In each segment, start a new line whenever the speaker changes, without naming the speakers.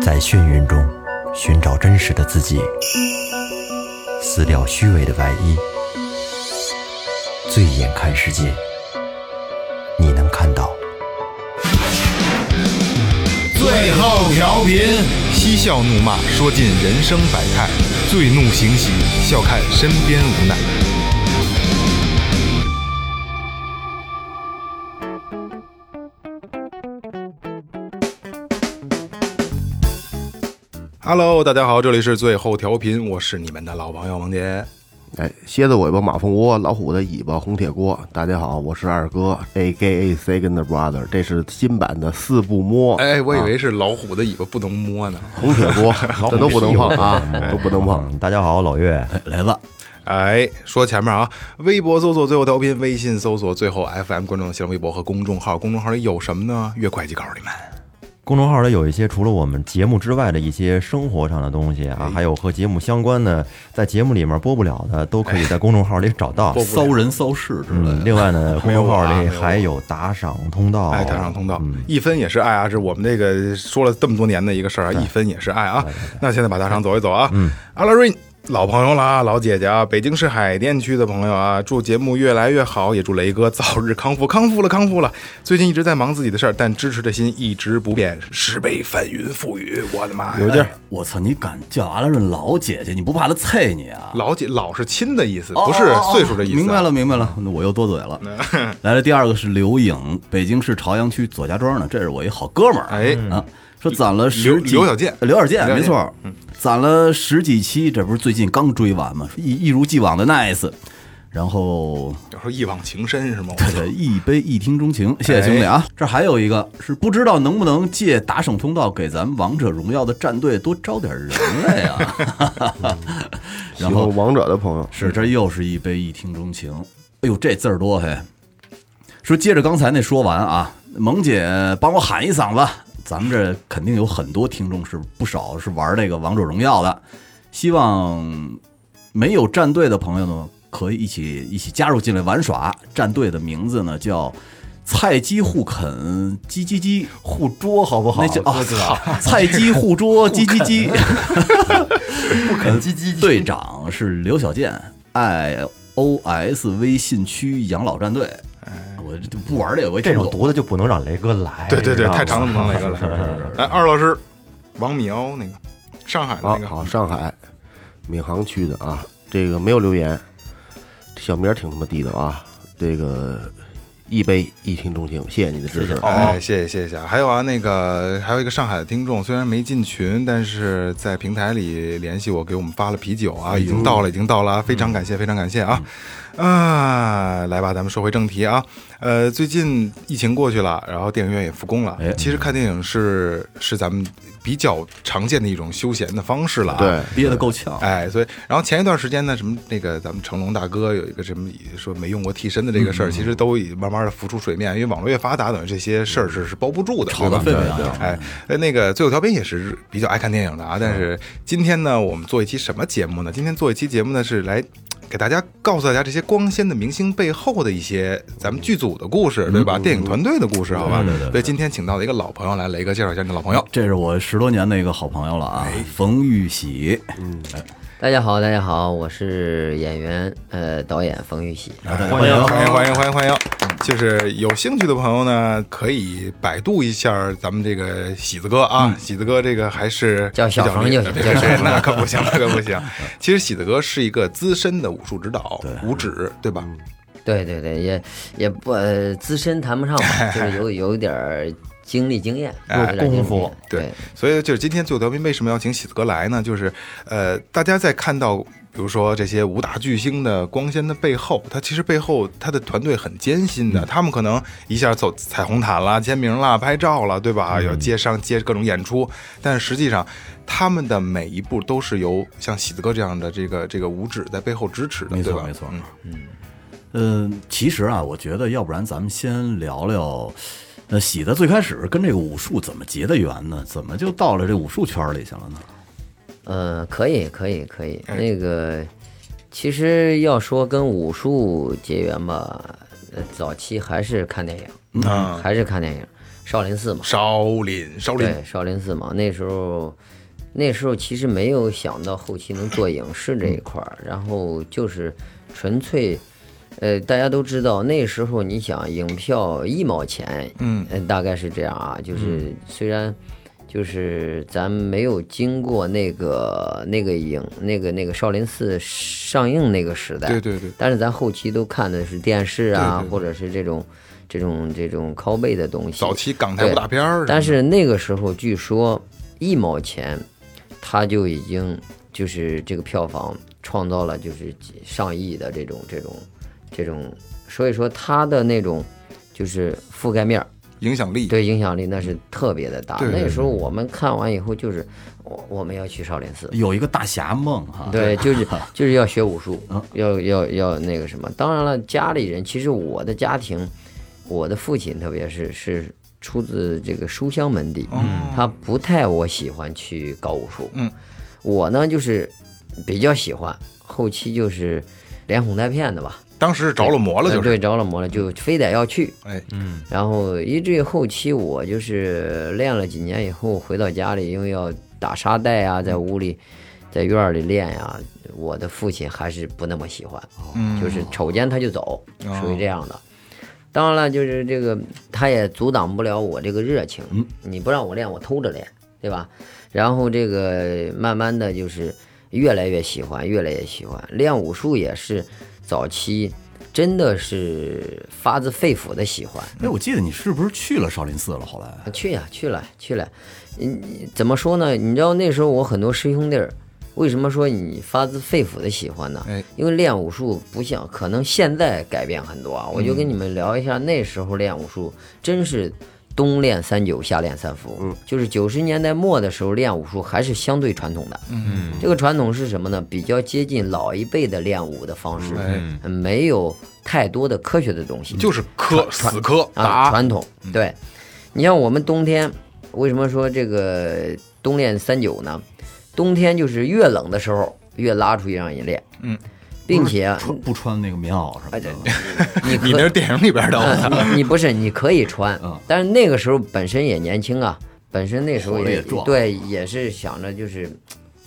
在眩晕中寻找真实的自己，撕掉虚伪的外衣，醉眼看世界，你能看到。
最后调频，
嬉笑怒骂，说尽人生百态；醉怒行喜，笑看身边无奈。Hello，大家好，这里是最后调频，我是你们的老朋友萌杰。
哎，蝎子尾巴马蜂窝，老虎的尾巴红铁锅。大家好，我是二哥，A K A Second Brother，这是新版的四不摸，
哎，我以为是老虎的尾巴不能摸呢。
红铁锅，这都不能碰啊，都不能碰。
嗯，大家好，老岳，
来了，
哎，说前面啊，微博搜索最后调频，微信搜索最后 FM，关注新浪微博和公众号。公众号里有什么呢？月会计告诉你们。
公众号里有一些除了我们节目之外的一些生活上的东西
哎
啊，还有和节目相关的，在节目里面播不了的，都可以在公众号里找到。
哎骚人骚事之类
嗯，
的。哎
另外 呢，公众号
没
里
有我啊
还有打赏通道，啊
哎，打赏通道，一分也是爱啊，是我们这个说了这么多年的一个事儿啊，一分也是爱啊。那现在把大赏走一走啊，嗯，阿拉瑞。老朋友了啊，老姐姐啊，北京市海淀区的朋友啊，祝节目越来越好，也祝雷哥早日康复，康复了，康复了。最近一直在忙自己的事儿，但支持的心一直不变，十倍翻云覆雨，我的妈呀！
哎我操！你敢叫阿拉润老姐姐，你不怕她啐你啊？
老姐老是亲的意思，
哦
不是岁数的意思、啊嗯
明白了，。明白了，那我又多嘴了。 来了，第二个是刘颖，北京市朝阳区左家庄的，这是我一好哥们儿。
哎
啊，说攒了十几
刘刘小健
刘小健
刘小健嗯
没错，攒了十几期，这不是最近刚追完吗？一一如既往的 nice，然后
有时候一往情深是吗？
对一杯一听钟情，谢谢兄弟啊！这还有一个是不知道能不能借打赏通道给咱们王者荣耀的战队多招点人来呀。
喜
然
欢
后
王者的朋友，
是这又是一杯一听钟情，哎呦这字儿多嘿！说接着刚才那说完啊，萌姐帮我喊一嗓子，咱们这肯定有很多听众是不少是玩这个王者荣耀的，希望没有战队的朋友呢，可以一起一起加入进来玩耍。战队的名字呢叫。菜鸡互啃，鸡鸡鸡互捉，好不好？那叫啊，操！ 菜鸡互捉，鸡鸡 鸡。不 肯唧唧。队长是刘小健，I O S 微信区养老战队。
哎
我就不玩这个，我也
这
听不
种
懂
犊子就不能让雷哥来。
对对
知
对，
哎
道吗
太长了，不能雷哥来。来，二老师，王淼那个上海的
好
那个，
好，上海闵行区的啊，这个没有留言，小名儿挺他妈地道啊，这个一杯一听钟情，谢谢你的支持，
哎，谢谢谢谢啊！还有啊，那个还有一个上海的听众，虽然没进群，但是在平台里联系我，给我们发了啤酒啊，已经到了，已经到了啊，非常感谢，非常感谢啊！啊，来吧，咱们说回正题啊。呃，最近疫情过去了，然后电影院也复工了
哎。
其实看电影是是咱们比较常见的一种休闲的方式了啊。
对，
憋得够呛。
哎，所以，然后前一段时间呢，什么那个咱们成龙大哥有一个什么说没用过替身的这个
嗯
事儿，其实都已慢慢的浮出水面，因为网络越发达，等于这些事儿是是包不住的，
嗯炒得
对吧
沸沸扬扬
哎，呃那个最后调频也是比较爱看电影的啊，但
嗯
是今天呢，我们做一期什么节目呢？今天做一期节目呢是来。给大家告诉大家这些光鲜的明星背后的一些咱们剧组的故事，对
嗯
吧？电影团队的故事，好吧？所以今天请到了一个老朋友来，雷哥介绍一下你的老朋友。
这是我十多年的一个好朋友了啊，
哎
冯玉玺。
大家好，大家好，我是演员呃导演冯玉玺。
欢迎
欢迎哎欢迎欢迎欢迎！就是有兴趣的朋友呢，可以百度一下咱们这个喜子哥啊，喜子哥这个还是
嗯叫小冯就行
比较厉害的
叫小
对
冯
那可不行，那可不行。其实喜子哥是一个资深的武术指导，武指对吧？
对对对，也也不、呃、资深谈不 上吧，就是有有点儿经历经验，有点儿经历
哎功夫
经验
对
对，
所以就是今天最后调频为什么要请喜子哥来呢？就是呃，大家在看到比如说这些武打巨星的光鲜的背后，他其实背后他的团队很艰辛的，他们可能一下走彩虹毯啦、签名啦、拍照啦，对吧？要接上接各种演出，但实际上他们的每一步都是由像喜子哥这样的这个这个武指在背后支持的，
没
对
错
吧？
没错
嗯
嗯，其实啊，我觉得要不然咱们先聊聊，呃，喜的最开始跟这个武术怎么结的缘呢？怎么就到了这武术圈里去了呢？
呃，可以可以可以，
哎
那个其实要说跟
嗯
武
嗯
术结缘吧，呃早期还是看电影，还是看电影。少林寺嘛，
少林，少林
对，少林寺嘛，那时候那时候其实没有想到后期能做影视这一块儿，然后就是纯粹，呃，大家都知道那时候你想影票一毛钱，
嗯
呃，大概是这样啊，就是虽然。就是咱没有经过那个那个影那个那个少林寺上映那个时代，
对对对，
但是咱后期都看的是电视啊，
对对对
或者是这种这种这种 cosplay 的东西。
早期港台武打片儿，
但是那个时候据说一毛钱，他就已经就是这个票房创造了就是几上亿的这种这种这种，所以说他的那种就是覆盖面儿
影响力，
对影响力那是特别的大。
对对
那时候我们看完以后就是我我们要去少林寺，
有一个大侠梦哈。
对，就是就是要学武术
嗯
啊，
要要要那个什么。当然了，家里人其实我的家庭，我的父亲特别是是出自这个书香门
哦
第，他不太我喜欢去搞武术，
嗯，
我呢就是比较喜欢，后期就是连哄带骗的吧，
当时是着了魔了，
呃
就是，
对着了魔了，就非得要去，
哎，
然后一至于后期，我就是练了几年以后回到家里，因为要打沙袋啊，在屋里，在院儿里练呀、我的父亲还是不那么喜欢，
嗯
就是瞅见他就走，属于这样的。当然了，就是这个他也阻挡不了我这个热情，你不让我练，我偷着练，对吧？然后这个慢慢的就是越来越喜欢，越来越喜欢练武术，也是早期真的是发自肺腑的喜欢。
哎，我记得你是不是去了少林寺了？后来
啊去呀、去了，去了。嗯，怎么说呢？你知道那时候我很多师兄弟儿，为什么说你发自肺腑的喜欢呢？
哎
因为练武术不像，可能现在改变很多啊。我就跟你们聊一下那时候练武术，真是冬练三九，夏练三伏。嗯，就是九十年代末的时候练武术还是相对传统的。嗯，这个传统是什么呢？比较接近老一辈的练武的方式，
哎，
嗯没有太多的科学的东西。
就是磕死磕
啊，
打，
传统。
嗯
对，你像我们冬天，为什么说这个冬练三九呢？冬天就是越冷的时候越拉出去让你练，
嗯，
并且
穿不穿那个棉袄什么的？
你 可嗯
你那是电影里边的，
你你不是你可以穿
嗯，
但是那个时候本身也年轻啊，本身那时候
活力
也
也壮
对，也是想着就是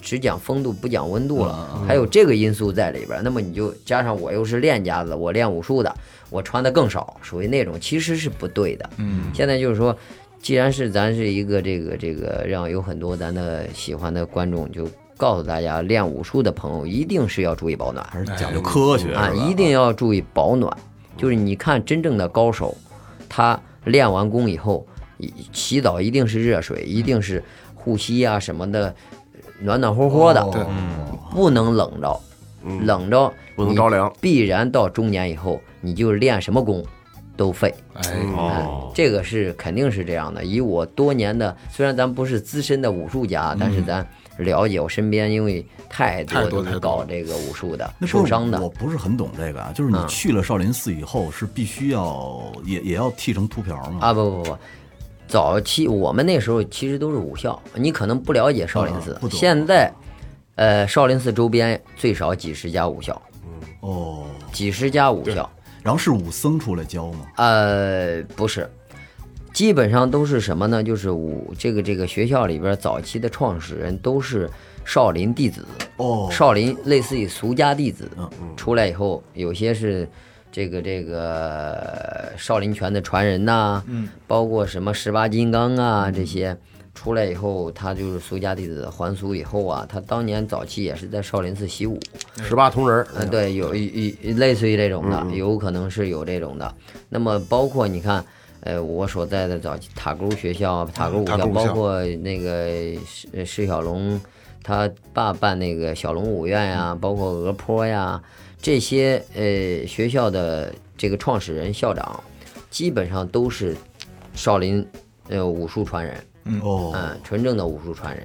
只讲风度不讲温度
嗯
了，还有这个因素在里边儿。那么你就加上我又是练家子，我练武术的，我穿的更少，属于那种其实是不对的。
嗯，
现在就是说。既然是咱是一个这个这个，让有很多咱的喜欢的观众就告诉大家，练武术的朋友一定是要注意保暖，
还是讲究科学
啊，
是吧
一定要注意保暖。
嗯
就是你看真正的高手，他练完功以后，一洗澡一定是热水，一定是护膝啊什么的，暖暖和和的，
哦
对
不能冷着，冷着
嗯不能
你
着凉
必然到中年以后，你就练什么功都废。
哎，
嗯
哦，
这个是肯定是这样的。以我多年的，虽然咱不是资深的武术家，
嗯
但是咱了解我身边，因为太多
太多
都
太
是
多
搞这个武术的，
那不
受
是
伤的
我。不是很懂这个啊，就是你
嗯
去了少林寺以后，是必须要也也要剃成秃瓢吗？
啊，不不不，早期我们那时候其实都是武校，你可能不了解少林寺
啊。不懂
现在，呃，少林寺周边最少几十家武校，
哦，
几十家武校。
然后是武僧出来教吗？
呃，不是，基本上都是什么呢？就是武这个这个学校里边早期的创始人都是少林弟子。
哦，
少林类似于俗家弟子
嗯，
出来以后，有些是这个这个呃少林拳的传人呐、嗯，包括什么十八金刚啊这些，出来以后他就是俗家弟子，还俗以后啊，他当年早期也是在少林寺习武，
十八铜人儿，
嗯，对，有一一类似于这种的，有可能是有这种的。那么包括你看，呃，我所在的早期塔沟学校、塔沟武
塔
校，
沟
包
校
括那个释释小龙他爸办那个小龙武院呀、包括鹅坡呀这些呃学校的这个创始人、校长，基本上都是少林呃武术传人，
哦，
嗯，纯正的武术传人。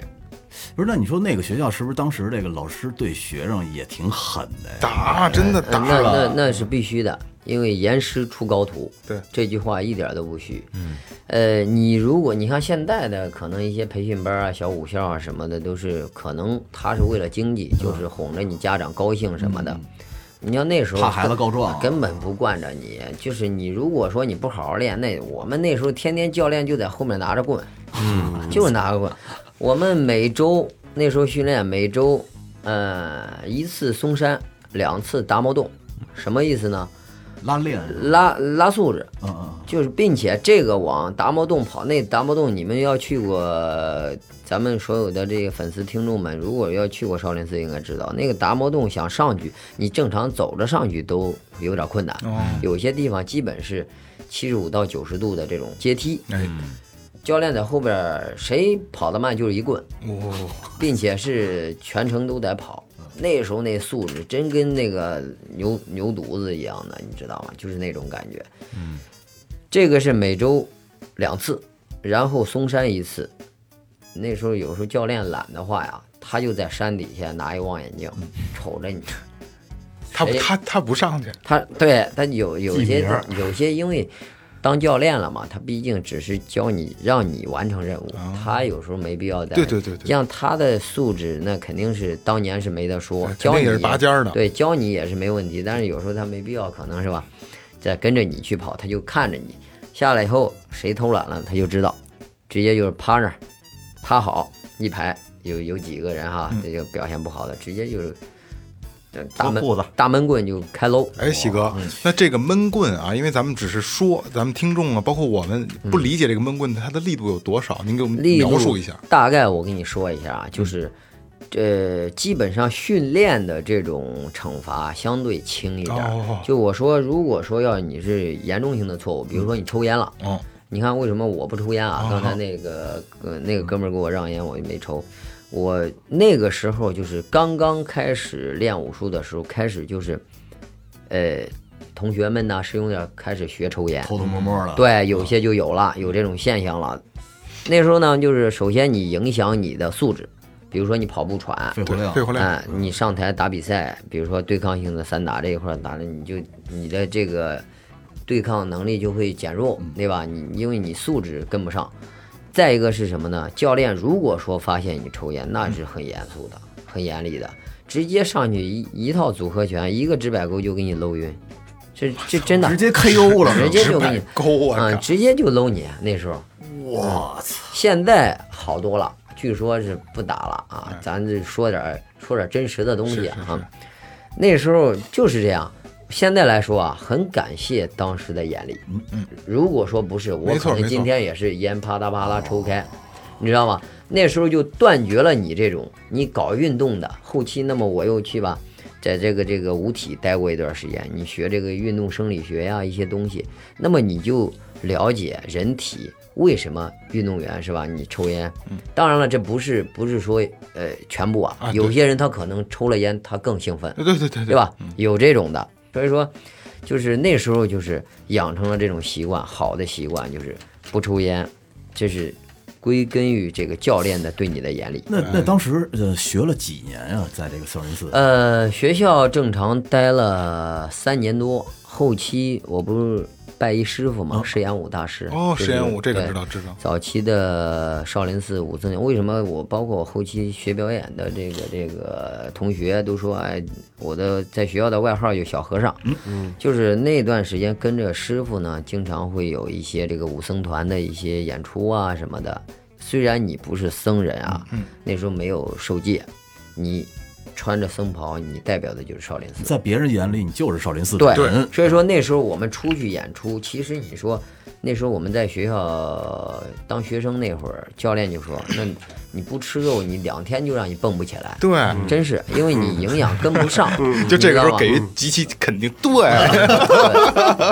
不是，那你说那个学校是不是当时这个老师对学生也挺狠的呀？
打，真的
呃
打
那
了，
那那是必须的，因为严师出高徒。
对
这句话一点儿都不虚。嗯，呃，你如果你看现在的可能一些培训班啊、小武校啊
嗯
什么的，都是可能他是为了经济，就是哄着你家长高兴什么的。你要那时候
怕孩子告状啊
根根本不惯着你，就是你如果说你不好好练，那我们那时候天天教练就在后面拿着棍，嗯，就是拿着棍。我们每周那时候训练每周，呃，一次松山，两次达毛洞，什么意思呢？
拉练，
拉拉素质，
嗯嗯，
就是，并且这个往达摩洞跑，那达摩洞你们要去过，咱们所有的这个粉丝听众们，如果要去过少林寺，应该知道那个达摩洞想上去，你正常走着上去都有点困难，
哦
有些地方基本是七十五到九十度的这种阶梯，
哎，
教练在后边儿，谁跑得慢就是一棍，
哦，
并且是全程都在跑。那时候那素质真跟那个牛牛犊子一样的，你知道吗？就是那种感觉。嗯，这个是每周两次，然后松山一次。那时候有时候教练懒的话呀，他就在山底下拿一望远镜瞅着你。
他
谁
他他不上去，
他对他有有
记
些
名儿
有些因为当教练了嘛，他毕竟只是教你让你完成任务，他有时候没必要在
对对对对
像他的素质那肯定是当年是没得说
哎，
教
肯定
你
也是拔尖儿的
对，教你也是没问题，但是有时候他没必要，可能是吧，在跟着你去跑，他就看着你下来以后谁偷懒了，他就知道，直接就是趴那儿趴好一排，有有几个人哈，
嗯
这就表现不好的，直接就是。呃大闷
裤子
大闷棍就开搂，
哎，喜哥，
嗯
那这个闷棍啊，因为咱们只是说，咱们听众啊，包括我们不理解这个闷棍它的力度有多少，您给我们
嗯力度
描述一下。嗯
大概我跟你说一下啊，就是，呃，基本上训练的这种惩罚相对轻一点儿。
哦
就我说，如果说要你是严重性的错误，比如说你抽烟了，
哦，
你看为什么我不抽烟啊？
哦嗯
刚才那个、呃、那个哥们儿给我让烟，我就没抽。我那个时候就是刚刚开始练武术的时候，开始就是，呃，同学们呢是有点开始学抽烟，
偷偷摸摸的，，
嗯对，有些就有
嗯
了，有这种现象了。那时候呢，就是首先你影响你的素质，比如说你跑步喘，
肺活
对，
量嗯
退，回来，
哎，你上台打比赛，比如说对抗性的散打这一块儿打的，你就你的这个对抗能力就会减弱，
嗯
对吧？你因为你素质跟不上。再一个是什么呢？教练如果说发现你抽烟，那是很严肃的、
嗯
很严厉的，直接上去一一套组合拳，一个直摆钩就给你搂晕，这这真的
直接 KO 了，
直接就给
摆
你
钩啊！
嗯，
靠
直接就搂你。那时候
我操，
现在好多了，据说是不打了
哎
啊。咱这说点儿说点儿真实的东西啊。那时候就是这样。现在来说啊，很感谢当时的眼力。嗯嗯，如果说不是我，
没错
可
没
能
错哦
今天也是烟啪嗒啪嗒抽开，你知道吗？那时候就断绝了你这种你搞运动的后期。那么我又去吧，在这个这个舞体待过一段时间，你学这个运动生理学呀、一些东西，那么你就了解人体为什么运动员是吧？你抽烟，当然了，这不是不是说呃全部啊，
嗯啊对
有些人他可能抽了烟他更兴奋，
对对对对嗯
对？吧？有这种的，所以说就是那时候就是养成了这种习惯，好的习惯就是不抽烟，这是归根于这个教练的对你的严厉。
那那当时呃学了几年啊，在这个少林寺，
呃，学校正常待了三年多，后期我不是拜一师傅嘛，释延武大师。
哦，
就是
实验舞这个知。道
对
知道。
早期的少林寺五四年，为什么我包括我后期学表演的这个这个同学都说，哎，我的在学校的外号有小和尚，嗯，就是那段时间跟着师傅呢，经常会有一些这个武僧团的一些演出啊什么的。虽然你不是僧人啊，那时候没有受戒，你穿着僧袍，你代表的就是少林寺。
在别人眼里你就是少林寺的
对，
人，
所以说那时候我们出去演出，其实你说那时候我们在学校当学生那会儿，教练就说：“那你不吃肉，你两天就让你蹦不起来。”
对，嗯
真是因为你营养跟不上，
就这个时候
你知道吧嗯
给予极其肯定。对啊，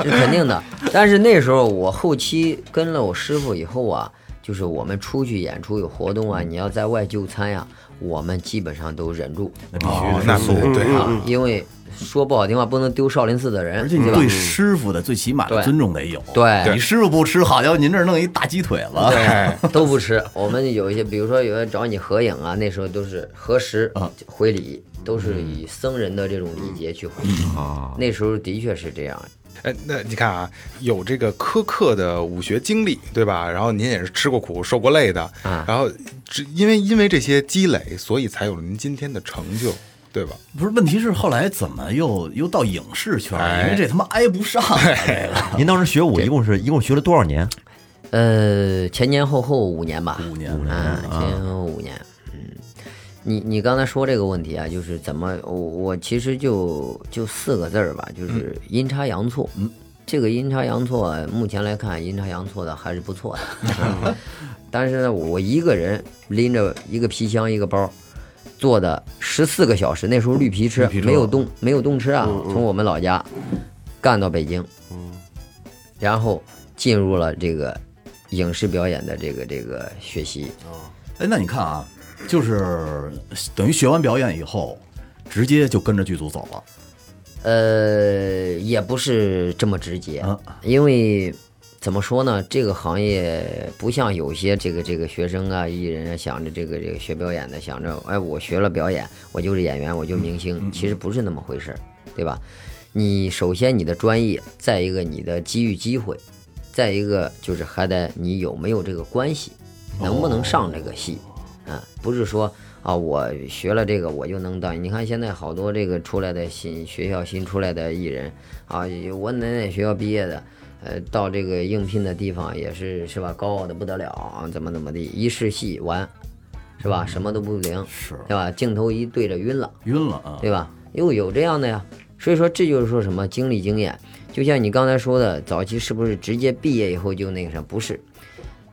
对，这肯定的。但是那时候我后期跟了我师傅以后啊，就是我们出去演出有活动啊，你要在外就餐呀、我们基本上都忍住
那必
哦
须
那
的。
不对啊，
啊，因为说不好听话，不能丢少林寺的人，
而且你
对吧
对师傅的最起码的
对
尊重得有。
对
你师傅不吃，好家伙，您这儿弄一大鸡腿了，
哎，
都不吃。我们有一些，比如说有人找你合影啊，那时候都是核实
啊
回礼，都是以僧人的这种礼节去回礼。
啊，
那时候的确是这样，
哎，那你看啊，有这个苛刻的武学经历，对吧？然后您也是吃过苦、受过累的，
啊
然后只因为因为这些积累，所以才有了您今天的成就。对吧？
不是，问题是后来怎么又又到影视圈了？因为
哎
这他妈挨不上啊，这个
您当时学舞一共是一共学了多少年？
呃，前前后后五年吧，
五年了
啊，前前后后五年。嗯，你你刚才说这个问题啊，就是怎么我我其实就就四个字儿吧，就是阴差阳错。嗯，这个阴差阳错，目前来看阴差阳错的还是不错的。 啊但是呢，我一个人拎着一个皮箱一个包。坐的十四个小时，那时候绿皮车
绿皮车嗯
没有动没有动车啊，从我们老家干到北京，然后进入了这个影视表演的这个这个学习。
哎，那你看啊，就是等于学完表演以后，直接就跟着剧组走了。
呃，也不是这么直接，因为怎么说呢，这个行业不像有些这个这个学生啊、艺人啊，想着这个这个学表演的，想着哎，我学了表演，我就是演员，我就是明星，其实不是那么回事儿，对吧？你首先你的专业，再一个你的机遇机会，再一个就是还得你有没有这个关系，能不能上这个戏，啊，不是说啊我学了这个我就能当。你看现在好多这个出来的新学校新出来的艺人啊，有我哪哪学校毕业的，呃，到这个应聘的地方也是是吧，高傲的不得了啊，怎么怎么地，一试戏完，是吧，什么都不灵，
是
对吧？镜头一对着晕了。
晕了啊！
对吧？又有这样的呀。所以说，这就是说什么经历经验。就像你刚才说的，早期是不是直接毕业以后就那个什么？不是，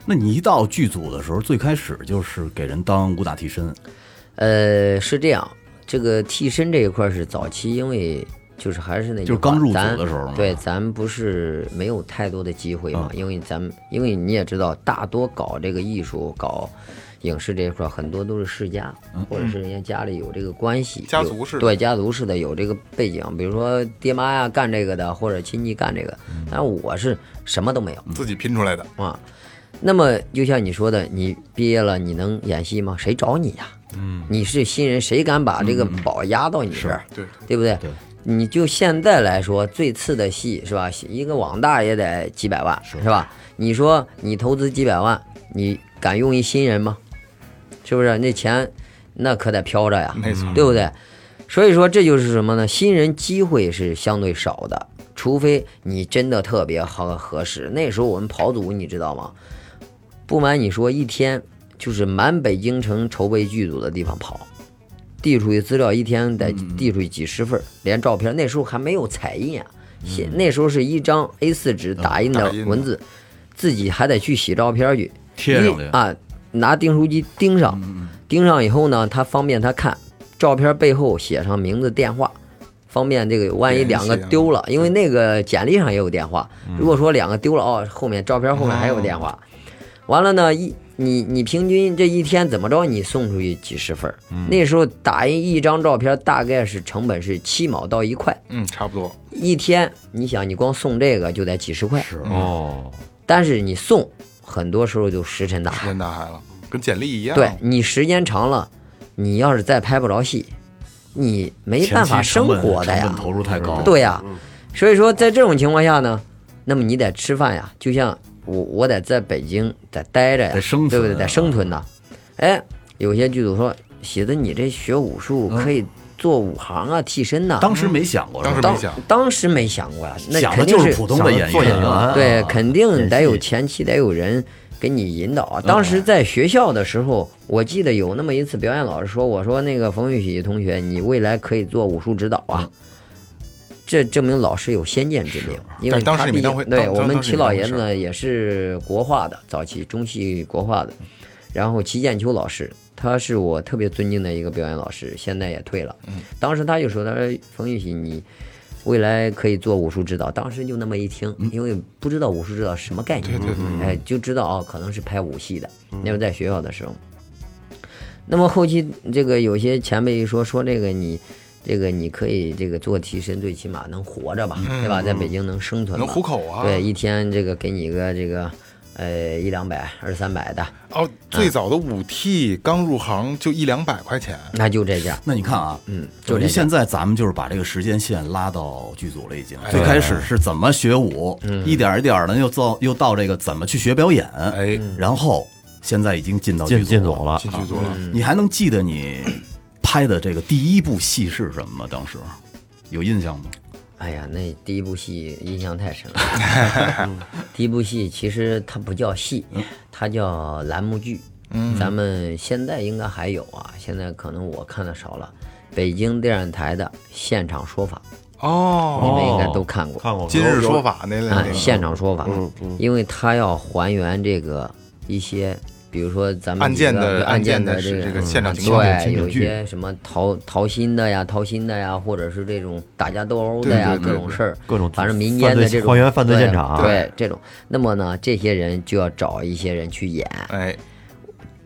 那你一到剧组的时候，最开始就是给人当武打替身，
呃，是这样。这个替身这一块是早期，因为就是还是那句
就是
话，
刚入组
咱
的时候嘛嗯
对，咱不是没有太多的机会嘛，因为咱们因为你也知道，大多搞这个艺术、搞影视这一块儿，很多都是世家，
嗯
或者是人家家里有这个关系，
嗯家
有
族式的
对家族式的有这个背景，比如说爹妈呀干这个的，或者亲戚干这个，
嗯
但我是什么都没有，
自己拼出来的，
啊。那么就像你说的，你毕业了，你能演戏吗？谁找你呀、嗯，你是新人，谁敢把这个宝压到你这儿？
对，
对不对？
对
你就现在来说，最次的戏是吧？一个网大也得几百万，是吧？你说你投资几百万，你敢用一新人吗？是不是？那钱那可得飘着呀，
没错
对不对？所以说这就是什么呢？新人机会是相对少的，除非你真的特别合合适。那时候我们跑组，你知道吗？不瞒你说，一天就是满北京城筹备剧组的地方跑，递出去资料一天得
嗯
递出去几十份儿，连照片。那时候还没有彩印啊，写那时候是一张 A4 纸打印
嗯
的
打印的
文字，自己还得去洗照片去
贴上去
一啊，拿订书机钉上，钉上以后呢，他方便他看照片背后写上名字、电话。方便这个，万一
联系
两个
啊
丢了，因为那个简历上也有电话。如果说两个丢了，哦，后面照片后面还有电话。完了呢，一你你平均这一天怎么着，你送出去几十份儿、那时候打印一张照片大概是成本是七毛到一块，
嗯，差不多，
一天你想你光送这个就得几十块，
哦，
但是你送很多时候就石沉大
石
海。
沉大海了，跟简历一样，
对你时间长了，你要是再拍不着戏，你没办
前
法
期成
生
本
活的
成
呀嗯
本。投入太高，
对呀、所以说在这种情况下呢，那么你得吃饭呀，就像我我得在北京得待着呀，
得生存
对不对？
啊
得生存呐。哎，有些剧组说，喜子你这学武术可以做武行啊，替身呐、
当时没想过，
当时
是吧
当
没想
当时没想过呀，那
想的
肯定
就是普通的演
想着做
员
演员
啊，
对，肯定得有
演戏
前期得有人给你引导
嗯
啊。当时在学校的时候，我记得有那么一次表演老师说：“我说那个冯玉玺同学，你未来可以做武术指导啊。”这证明老师有先见之明，因为
但当时
他
你没
毕竟
当回
对
当
我
当
们
当时
齐
你没
老
当
爷
回
子
事儿
呢也是国画的，早期中戏国画的，然后齐剑秋老师，他是我特别尊敬的一个表演老师，现在也退了。当时他就说：“他说冯玉玺，你未来可以做武术指导。”当时就那么一听，因为不知道武术指导什么概念，
嗯对对对嗯
哎，就知道哦，可能是拍武戏的。那时候在学校的时候，那么后期这个有些前辈一说说这个你。这个你可以这个做替身，最起码能活着吧，对吧？在北京能生存吧，
嗯能糊口啊，
对，一天这个给你个这个，呃，一两百、二三百的，
哦，最早的五 T 刚入行就一两百块钱，
那就这价。
那你看啊，
嗯，就
等
这
于
价。
现在咱们就是把这个时间线拉到剧组了，已
哎
经。最开始是怎么学舞，
嗯
一点儿一点儿的又到又到这个怎么去学表演，
哎，
然后现在已经进到
进
剧
进
嗯
组嗯
组。了，
进剧组了，
你还能记得你拍的这个第一部戏是什么吗？当时有印象吗？
哎呀，那第一部戏印象太深了。嗯第一部戏其实它不叫戏，它叫栏目剧。嗯，咱们现在应该还有啊，现在可能我看的少了。北京电视台的现场说法，你
哦，
们应该都看过。
看过吗
今日说法那类
啊，
的，
现场说法，
嗯
因为他要还原这个一些，比如说咱们
案
几个
件的
对
案
案
件
件
的
的
是这
这嗯
个现场情况
对，
情景
有一
剧
些什么逃逃心的呀、逃心的呀，或者是这种打架斗殴的呀，
对对对
各种事儿，
各种
反正民间的这
犯罪
种
还原犯罪现
啊
场
对对这种。那么呢，这些人就要找一些人去演，
哎，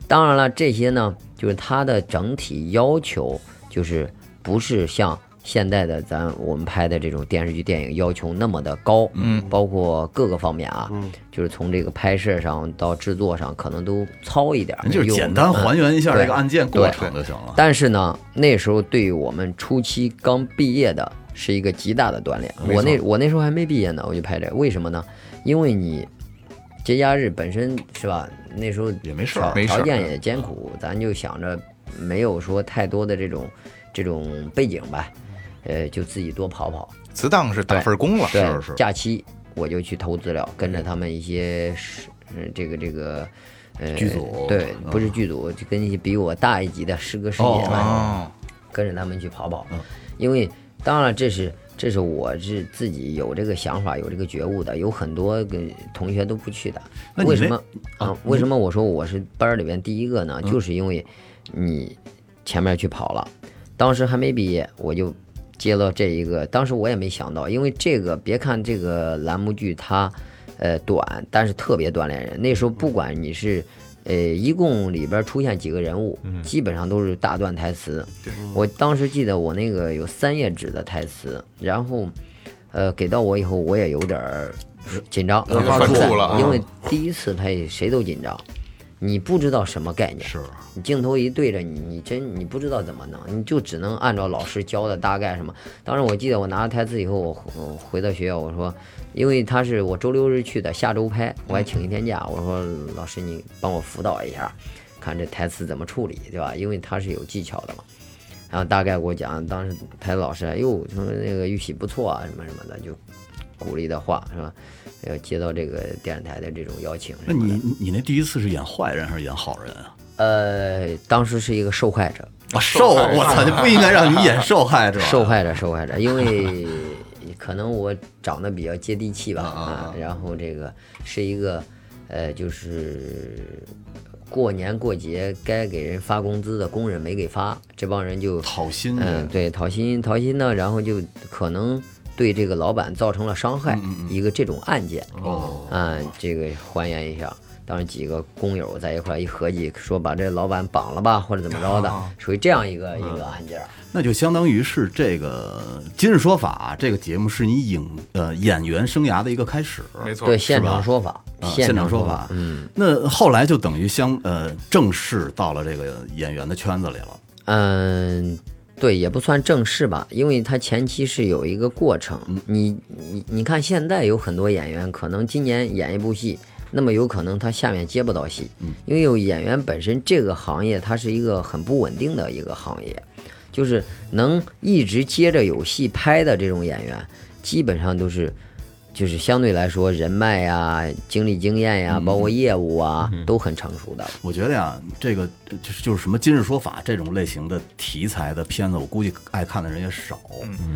当然了，这些呢，就是它的整体要求，就是不是像现在的咱我们拍的这种电视剧、电影要求那么的高，嗯，包括各个方面啊，嗯，就是从这个拍摄上到制作上，可能都糙一点儿，
人就是
因为我
简
们
单还。原一下这个案件过
哎对
程就行了。
但是呢，那时候对于我们初期刚毕业的是一个极大的锻炼。我那我那时候还没毕业呢，我就拍这个，为什么呢？因为你节假日本身是吧，那时候
也没事儿嗯
条
没事儿
条件也艰苦，咱就想着没有说太多的这种这种背景吧，呃，就自己多跑跑。
自当是打份工了，
对，
嗯是嗯
假期我就去投资料，跟着他们一些是呃这个这个。呃，
剧组
对，
嗯
不是剧组，就跟一些比我大一级的师哥师
哦
姐们，
哦，
跟着他们去跑跑，
嗯
因为当然这是这是我是自己有这个想法有这个觉悟的，有很多个同学都不去的。
那你
为什
那
么啊？为什么我说我是班儿里边第一个
嗯
呢？就是因为你前面去跑了，当时还没毕业，我就接了这一个，当时我也没想到，因为这个别看这个栏目剧它呃短，但是特别锻炼人。那时候不
嗯
管你是。呃，一共里边出现几个人物，
嗯
基本上都是大段台词。我当时记得我那个有三页纸的台词，然后，呃，给到我以后，我也有点儿紧张，
嗯有点犯怵了啊
因为第一次拍谁都紧张，你不知道什么概念，
是
你镜头一对着你，你真你不知道怎么弄，你就只能按照老师教的大概什么。当时我记得我拿了台词以后，我回我回到学校，我说，因为他是我周六日去的，下周拍，
嗯
我还请一天假，我说老师你帮我辅导一下，看这台词怎么处理，对吧？因为他是有技巧的嘛。然后大概给我讲，当时台词老师，哎呦，说那个玉玺不错啊，什么什么的，就鼓励的话是吧？要接到这个电视台的这种邀请什
那
么的，
你你你那第一次是演坏人还是演好人啊？
呃，当时是一个受害者，
啊，受我 操，就不应该让你演受害者。
受害者，受害 者，因为可能我长得比较接地气吧，啊，然后这个是一个，呃，就是过年过节该给人发工资的工人没给发，这帮人就
讨薪
嗯，
人，
对，讨薪讨薪呢，然后就可能对这个老板造成了伤害，一个这种案件。嗯哦，啊、这个还原一下，当时几个工友在一块儿一合计，说把这老板绑了吧，或者怎么着的，属于这样一个、一个案件儿。
那就相当于是这个《今日说法》这个节目是你影呃演员生涯的一个开始。
没错，
对，现
吧
场说法，
啊
现
场
场
说
说法，
嗯，那后来就等于相呃正式到了这个演员的圈子里了。
嗯，对，也不算正式吧，因为它前期是有一个过程。
嗯
你你你看，现在有很多演员，可能今年演一部戏，那么有可能他下面接不到戏，
嗯
因为有演员本身这个行业它是一个很不稳定的一个行业，就是能一直接着有戏拍的这种演员，基本上都是。就是相对来说，人脉呀、经历经验
嗯
呀、包括业务啊，都很成熟的。
我觉得呀，这个呃就是就是什么《今日说法》这种类型的题材的片子，我估计爱看的人也少。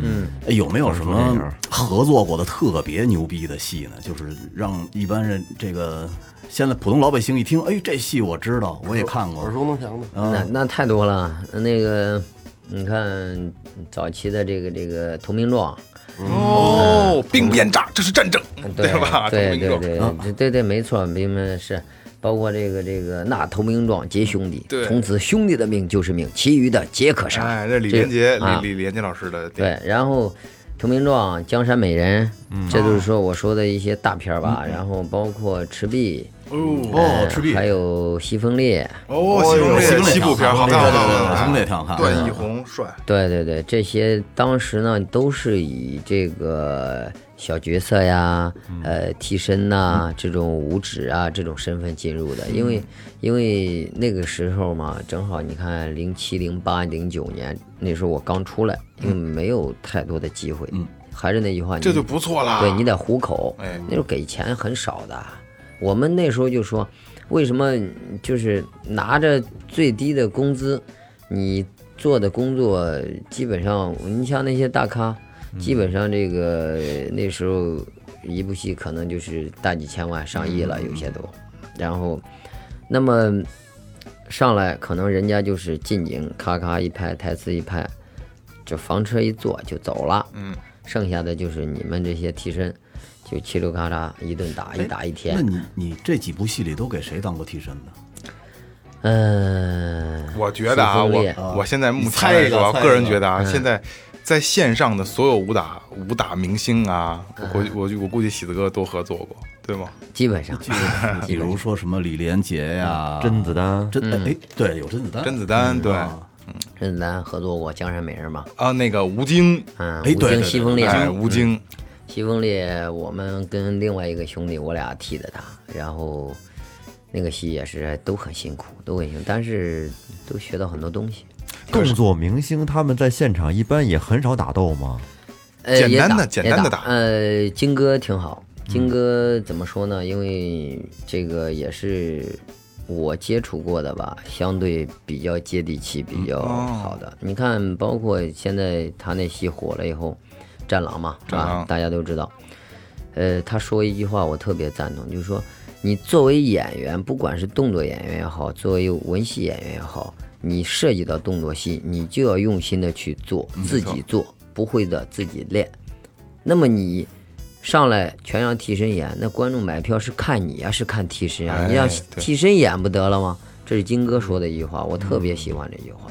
嗯，
哎有没有什
说电
么
影
合作过的特别牛逼的戏呢？就是让一般人这个现在普通老百姓一听，哎，这戏我知道，我也看过
耳。熟能详的。
啊
那那太多了，那个你看早期的这个这个投名状，
哦，兵变炸，这是战争，
对
吧？同
嗯对对
名
对对对对，没错，兵们是包括这个这个那投名状结兄弟
对，
从此兄弟的命就是命，其余的皆可
状
杀。
哎，这李连杰，
这啊
李李连杰老师的电影，
对，然后《投
嗯
名
啊
状》《江山美人》，这都是说我说的一些大片儿吧。然后包括《赤壁》
哦，赤壁
哎还有西风烈，
哦，西部片，
西风烈
西部片，好
对
看，
对
好
对
看，
对对，
好
兄
看。
弟挺好看。
段奕宏帅，
啊
对对对，这些当时呢都是以这个小角色呀、
嗯
呃替身呐、这种武指啊这种身份进入
嗯
的，因为因为那个时候嘛，正好你看零七、零八、零九年那时候我刚出来，因为没有太多的机会。还是那句话，你
嗯这就不错啦。
对你得糊口，
哎
那时候给钱很少的。我们那时候就说，为什么就是拿着最低的工资，你做的工作基本上，你像那些大咖，
嗯
基本上这个那时候一部戏可能就是大几千万、上亿
嗯
了，有些都。然后，那么上来可能人家就是近景，咔咔一拍，台词一拍，这房车一坐就走了。嗯，剩下的就是你们这些替身，就嘁哩咔嚓一顿打，一打一
哎那
天。
你你这几部戏里都给谁当过替身呢？
嗯，
我觉得啊，
西风烈
我我现在目前
猜
来
一个
说，
猜一
个人
个
觉得啊，现
嗯
在在线上的所有武打武打明星啊，我估计我就我估计喜子哥都合作过，对吗？
基本上，
比如说什么李连杰呀、
甄子丹，
甄
嗯
哎对，有甄子丹，
甄子丹对
啊
甄子丹合作过《江山美人》嘛，
啊，那个吴京，
嗯，
哎
吴
对对
京、
对
西风烈，
哎，吴京，
嗯西风烈，我们跟另外一个兄弟，我俩替的他，然后那个戏也是都很辛苦，都很辛苦，但是都学到很多东西。
动作明星他们在现场一般也很少打斗嘛。
呃，
简
也
单
打
的
也
简单的打嗯
呃，金哥挺好，金哥怎么说呢？因为这个也是我接触过的吧，相对比较接地气，
嗯
比较
哦
好的。你看，包括现在他那戏火了以后，《战狼》嘛，是
战
吧？
狼
大家都知道。呃，他说一句话我特别赞同，就是说，你作为演员，不管是动作演员也好，作为文戏演员也好，你涉及到动作戏，你就要用心的去做，自己做，不会的自己练。那么你上来全让替身演，那观众买票是看你呀、是看替身啊？
哎
你让
对嗯
替身演不得了吗？这是金哥说的一句话，我特别喜欢这句话。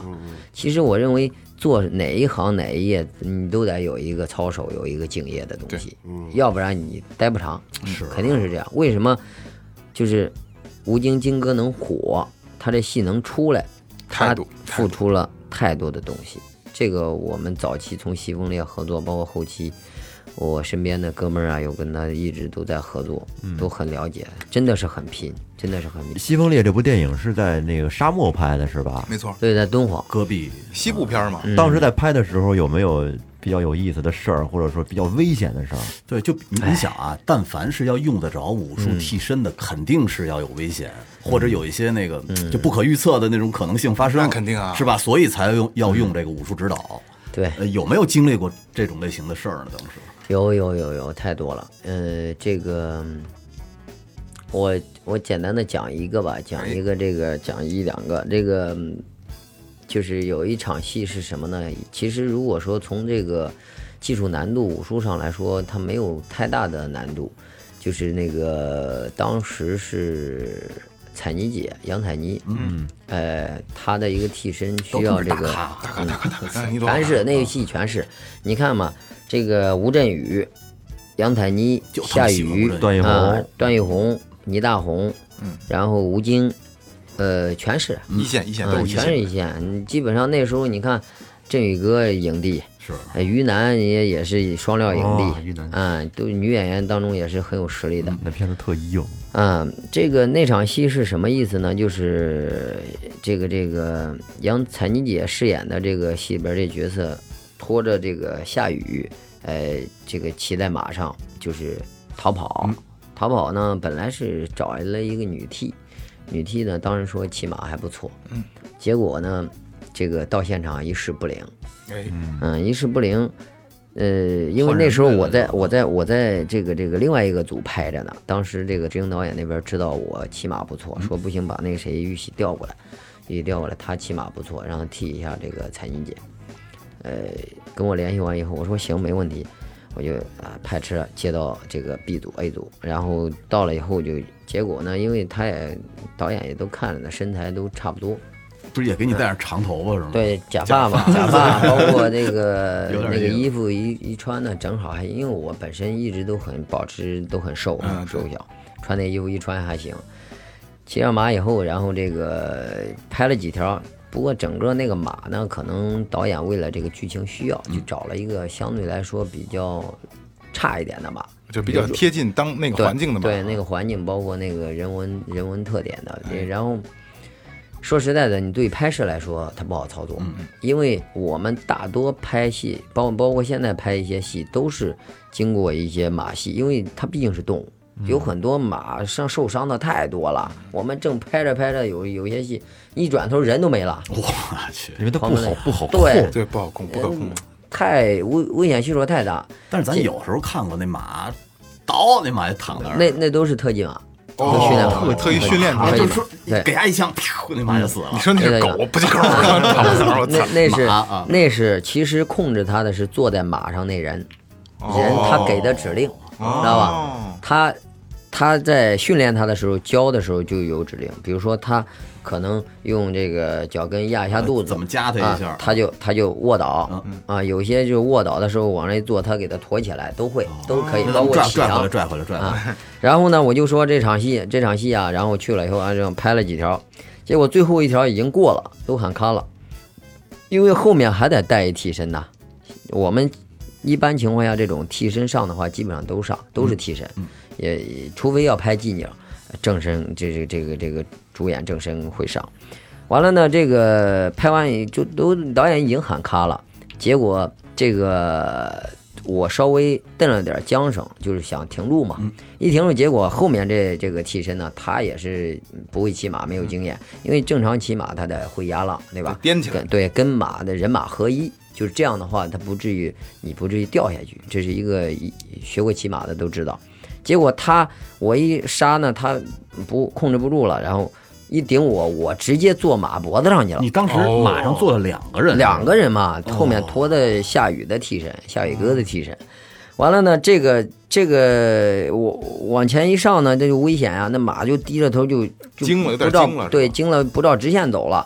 其实我认为做哪一行哪一业，你都得有一个操守，有一个敬业的东西，
嗯
要不然你待不长，
是
肯定是这样。为什么就是吴京金哥能火，他这戏能出来，
态
他
度态
付出了太多的东西。这个我们早期从西风烈合作，包括后期。我身边的哥们儿啊，有跟他一直都在合作，
嗯
都很了解，真的是很拼，真的是很拼。
《西风烈》这部电影是在那个沙漠拍的，是吧？
没错，
对，在敦煌，
戈壁
西部片嘛，
当时在拍的时候有没有比较有意思的事儿，或者说比较危险的事儿？
对，就你
哎
你想啊，但凡是要用得着武
嗯
术替身的，肯定是要有危险，或者有一些那个就不可预测的那种可能性发生，
嗯那肯定啊嗯
是吧？所以才用要用这个武术指导。
对，
呃，有没有经历过这种类型的事儿呢？当时
有有有有，太多了。呃，这个嗯我我简单的讲一个吧，讲一个这个讲一两个这个。嗯就是有一场戏是什么呢？其实如果说从这个技术难度、武术上来说，它没有太大的难度。就是那个当时是彩妮姐杨彩妮，嗯，呃，她的一个替身需要这个
大咖大咖大咖，你懂
全是那个戏全是，你看嘛，这个吴镇宇、杨采妮、
就他们
夏
喜欢吴
雨、
镇宇嗯
段奕宏
啊、段奕宏、倪大红，然后吴京，呃，全是，
一线一
哎
线都是
嗯，
一
全是
线，
一线。你基本上那时候你看，振宇哥影帝，
是
呃于楠也也是双料影
哦
帝，
于楠
嗯，都女演员当中也是很有实力的。
那片子特硬，
嗯，这个那场戏是什么意思呢？就是这个这个杨采妮姐饰演的这个戏里边这角色，拖着这个夏雨，呃，这个骑在马上就是逃跑。逃跑呢，本来是找来了一个女替，女替呢当时说骑马还不错，嗯，结果呢，这个到现场一试不灵，
哎，
嗯，一事不灵。呃，因为
换
那
人
时候
呗
我在我在我在这个这个另外一个组拍着呢，当时这个执行导演那边知道我骑马不
嗯
错，说不行把那个谁玉玺调过来，玉玺调过来，他骑马不错，让他替一下这个彩妮姐。呃，跟我联系完以后，我说行，没问题，我就啊派车接到这个 B 组 A 组，然后到了以后就结果呢，因为他也导演也都看了呢，身材都差不多，
不是也给你戴上长头发是吗？，
对，假发嘛，假发，包括那个
有点
那个
意思
衣服一一穿呢，正好还因为我本身一直都很保持都很瘦
嗯对
瘦小，穿那衣服一穿还行。骑上马以后，然后这个拍了几条。不过整个那个马呢，可能导演为了这个剧情需要，
嗯
就找了一个相对来说比较差一点的马，
就比较贴近当那个
对
环境的嘛。嗯
对那个环境，包括那个人文人文特点
哎
的。对然后说实在的，你对拍摄来说它不好操作，
嗯
因为我们大多拍戏，包包括现在拍一些戏，都是经过一些马戏，因为它毕竟是动物。
嗯
有很多马上受伤的太多了，我们正拍着拍着有有些戏，一转头人都没了，
我去，
因为它
旁
不
边
好
那
不好控。
对，
对，不好控，不可控。
太危危险系数太大，
但是咱有时候看过那马倒，那马就躺
啊
那儿，
那那都是特技马，
哦
训练
特特意训练出
啊，
来
就
的
是。说
对
给它一枪，啪，那马就死了
你。说那是
对对
狗，不是狗，跑哪 儿？我操
那！那是
马啊
那是，其实控制他的是坐在马上那人，人他给的指令，知道吧
哦？
他他在训练他的时候教的时候就有指令，比如说他可能用这个脚跟压一下肚子，
怎么夹它一下嗯
啊？他就他就卧倒啊，有些就卧倒的时候往那一坐，他给他驮起来都会都可以，
哦那咱
包
们
括
拽
起
拽回
床
来，拽回来，拽回来。
啊。然后呢，我就说这场戏，这场戏啊，然后去了以后，啊，这样拍了几条，结果最后一条已经过了，都喊卡了，因为后面还得带一替身呐。我们一般情况下，这种替身上的话，基本上都上，都是替身，也也除非要拍寂静，正身这这这个这个主演正身会上。完了呢，这个拍完也就都导演已经喊咔了，结果这个我稍微瞪了点缰绳，就是想停住嘛。一停住，结果后面这这个替身呢，他也是不会骑马，没有经验，因为正常骑马他得会压浪，对吧？
得颠起来
跟对，跟马的人马合一，就是这样的话，他不至于你不至于掉下去。这是一个一学过骑马的都知道。结果他我一刹呢，他不控制不住了，然后一顶我，我直接坐马脖子上去了
你。当时马上坐了两个人，
两个人嘛，
哦
后面拖的夏雨的替身，夏雨哥的替身。完了呢，这个这个我往前一上呢，这就危险啊！那马就低着头就就
惊了有
不
点
照
惊了是吧
对，惊了不照直线走了。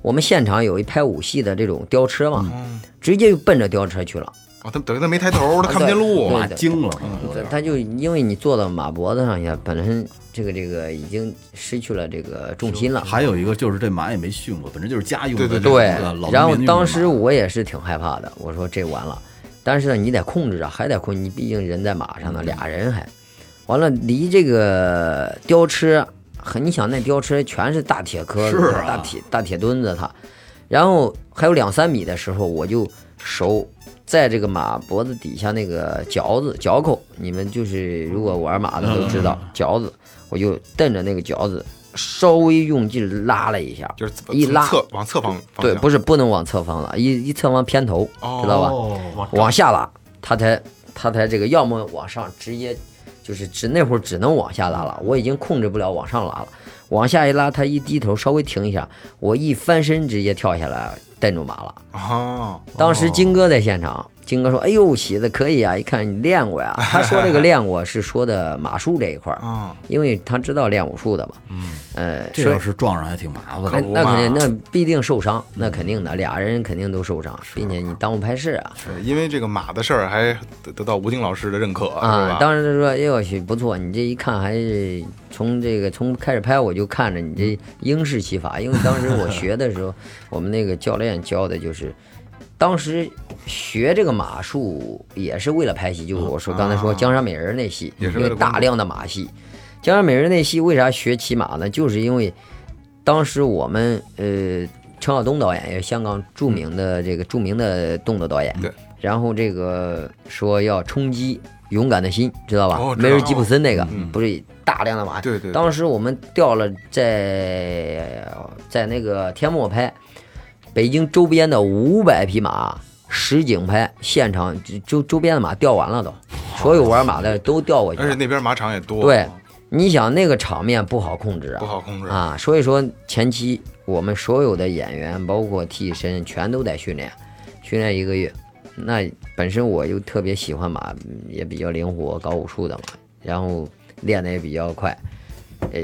我们现场有一拍武戏的这种吊车
嗯
嘛，嗯直接就奔着吊车去了。
哦，他等于他没抬头，他看不见路。
啊对
马惊了，
哦
有
他
点
他就因为你坐到马脖子上一下，本身这个这个已经失去了这个重心了。
还有一个就是这马也没训过，本身就是家用的
对对
这
对
个老，
然后
农民用的
当时
马
我也是挺害怕的，我说这完了，但是呢，你得控制啊，还得控制，你毕竟人在马
嗯
上呢，俩人还，完了离这个吊车，很你想那吊车全是大铁壳子，
是啊
大铁大铁墩子它，然后还有两三米的时候，我就手在这个马脖子底下那个嚼子嚼口，你们就是如果玩马的都知道
嗯
嚼子，我就瞪着那个嚼子。稍微用劲拉了一下，
就是
一
从
拉
侧往侧方方
对，
向
不是不能往侧方了，一一侧方偏头，
哦
知道吧？往下拉，他才他才这个，要么往上直接就是只那会儿只能往下拉了，我已经控制不了往上拉了，往下一拉，他一低头稍微停一下，我一翻身直接跳下来，蹬住马了。
哦，
当时金哥在现场，金哥说：“哎呦，喜子可以啊，一看你 练过呀。”他说这个练过是说的马术这一块儿，
啊，
因为他知道练武术的嘛。嗯，呃，
这要是撞上还挺麻
那
烦的。
那肯定，那必定受伤，那肯定的，俩人肯定都受伤，并且你耽误拍摄啊
对因为这个马的事儿还得得到吴京老师的认可，是
啊！
吧？
当时就说，哎呦我去，不错，你这一看还是从这个从开始拍我就看着你这英式骑法，因为当时我学的时候， 我们那个教练教的就是，当时学这个马术也是为了拍戏，就是我说刚才说
啊
《江山美人》那戏，
也是
因
为
为
了工
大
作
量的马戏，《江山美人》那戏为啥学骑马呢？就是因为当时我们呃，陈晓东导演也是香港著名的这个著名的动作导演，
嗯对。
然后这个说要冲击勇敢的心，知道吧？
哦知道嗯
梅尔吉普森那个、不是大量的马，
对对对
当时我们调了在在那个天漠拍，北京周边的五百匹马。实景拍，现场周周边的马调完了都，所有玩马的都调过去了。
而且那边马场也多，
对，你想那个场面不好控制啊，
不好控制。
啊，所以说前期我们所有的演员，包括替身，全都在训练，训练一个月。那本身我又特别喜欢马，嗯也比较灵活，搞武术的嘛，然后练的也比较快，呃，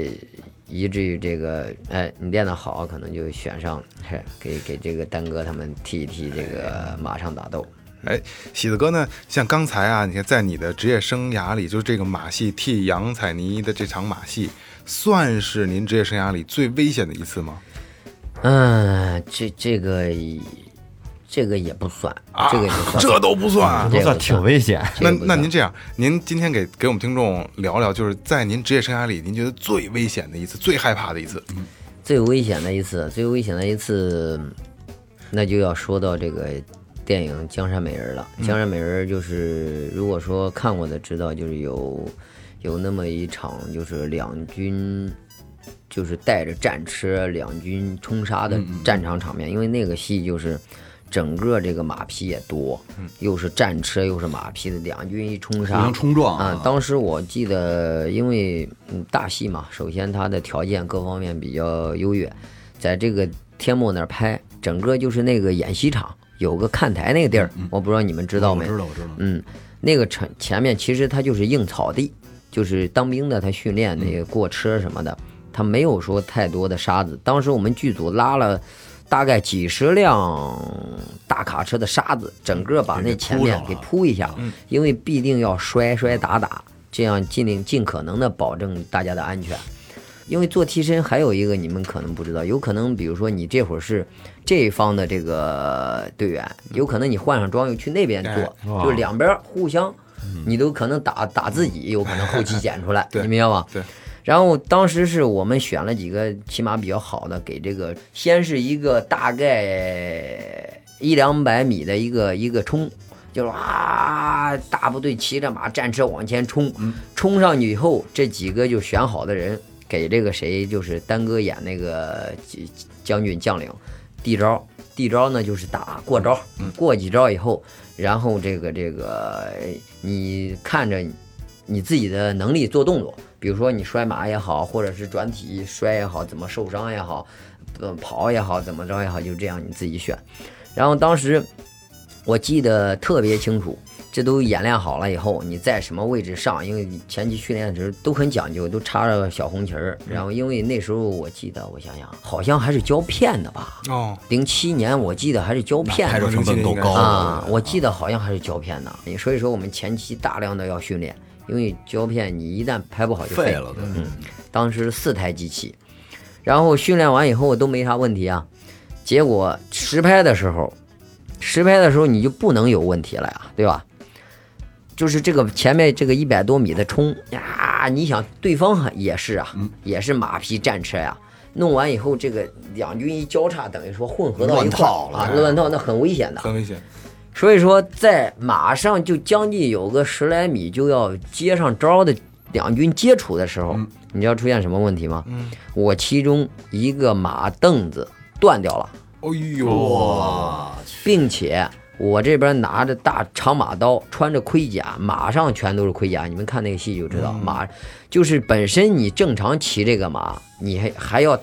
以至于这个，哎，你练得好，可能就选上了，是给给这个丹哥他们踢一踢这个马上打斗。
哎，喜子哥呢？像刚才啊，你看在你的职业生涯里，就是这个马戏替杨采妮的这场马戏，算是您职业生涯里最危险的一次吗？
嗯，这这个这个也不算，这个也不算，
啊这都不算。啊
都
这个
算
不
挺
算
危险。
这
那
个不
那
算
您这样，您今天给给我们听众聊聊，就是在您职业生涯里，您觉得最危险的一次、最害怕的一次，
最危险的一次，最危险的一次，那就要说到这个电影《江山美人》了。江山美人》就是，如果说看过的知道，就是有有那么一场，就是两军就是带着战车两军冲杀的战场场面，因为那个戏就是。整个这个马匹也多，又是战车又是马匹的，两军一冲
互
杀，
相冲撞
啊，当时我记得，因为嗯大戏嘛，首先它的条件各方面比较优越，在这个天幕那儿拍，整个就是那个演习场有个看台那个地儿，我不知道你们知
嗯
道
我
没？
知道，我知道。
嗯，那个前前面其实它就是硬草地，就是当兵的他训练那个过车什么的，他没有说太多的沙子。当时我们剧组拉了大概几十辆大卡车的沙子，整个把那前面给铺一下，因为必定要摔摔打打，这样尽力尽可能的保证大家的安全。因为做替身还有一个你们可能不知道，有可能比如说你这会儿是这一方的这个队员，有可能你换上装又去那边做，就两边互相，你都可能打打自己，有可能后期剪出来，
对
你明白吗？
对。
然后当时是我们选了几个起码比较好的，给这个先是一个大概一两百米的一个一个冲，就是啊，大部队骑着马战车往前冲，冲上去以后，这几个就选好的人给这个谁，就是丹哥演那个将将军将领，递招，递招呢就是打过招，过几招以后，然后这个这个你看着你自己的能力做动作，比如说你摔马也好，或者是转体摔也好，怎么受伤也好，呃，跑也好，怎么着也好，就这样你自己选。然后当时我记得特别清楚，这都演练好了以后，你在什么位置上？因为你前期训练的时候都很讲究，都插着小红旗儿。然后因为那时候我记得，我想想，好像还是胶片的吧？
哦，
零七年我记得还是胶片
拍
的
摄成本够高
啊，我记得好像还是胶片呢。所以说我们前期大量的要训练，因为胶片你一旦拍不好就
废了对
嗯，当时四台机器，然后训练完以后都没啥问题啊。结果实拍的时候，实拍的时候你就不能有问题了呀，对吧？就是这个前面这个一百多米的冲呀，你想对方还也是啊，也是马匹战车呀。弄完以后，这个两军一交叉，等于说混合到一块儿啊，乱套那很危险的。
很危险。
所以说，在马上就将近有个十来米就要接上招的两军接触的时候，你知道出现什么问题吗？我其中一个马凳子断掉了，
哎呦，
并且我这边拿着大长马刀，穿着盔甲，马上全都是盔甲。你们看那个戏就知道，马就是本身你正常骑这个马，你还还要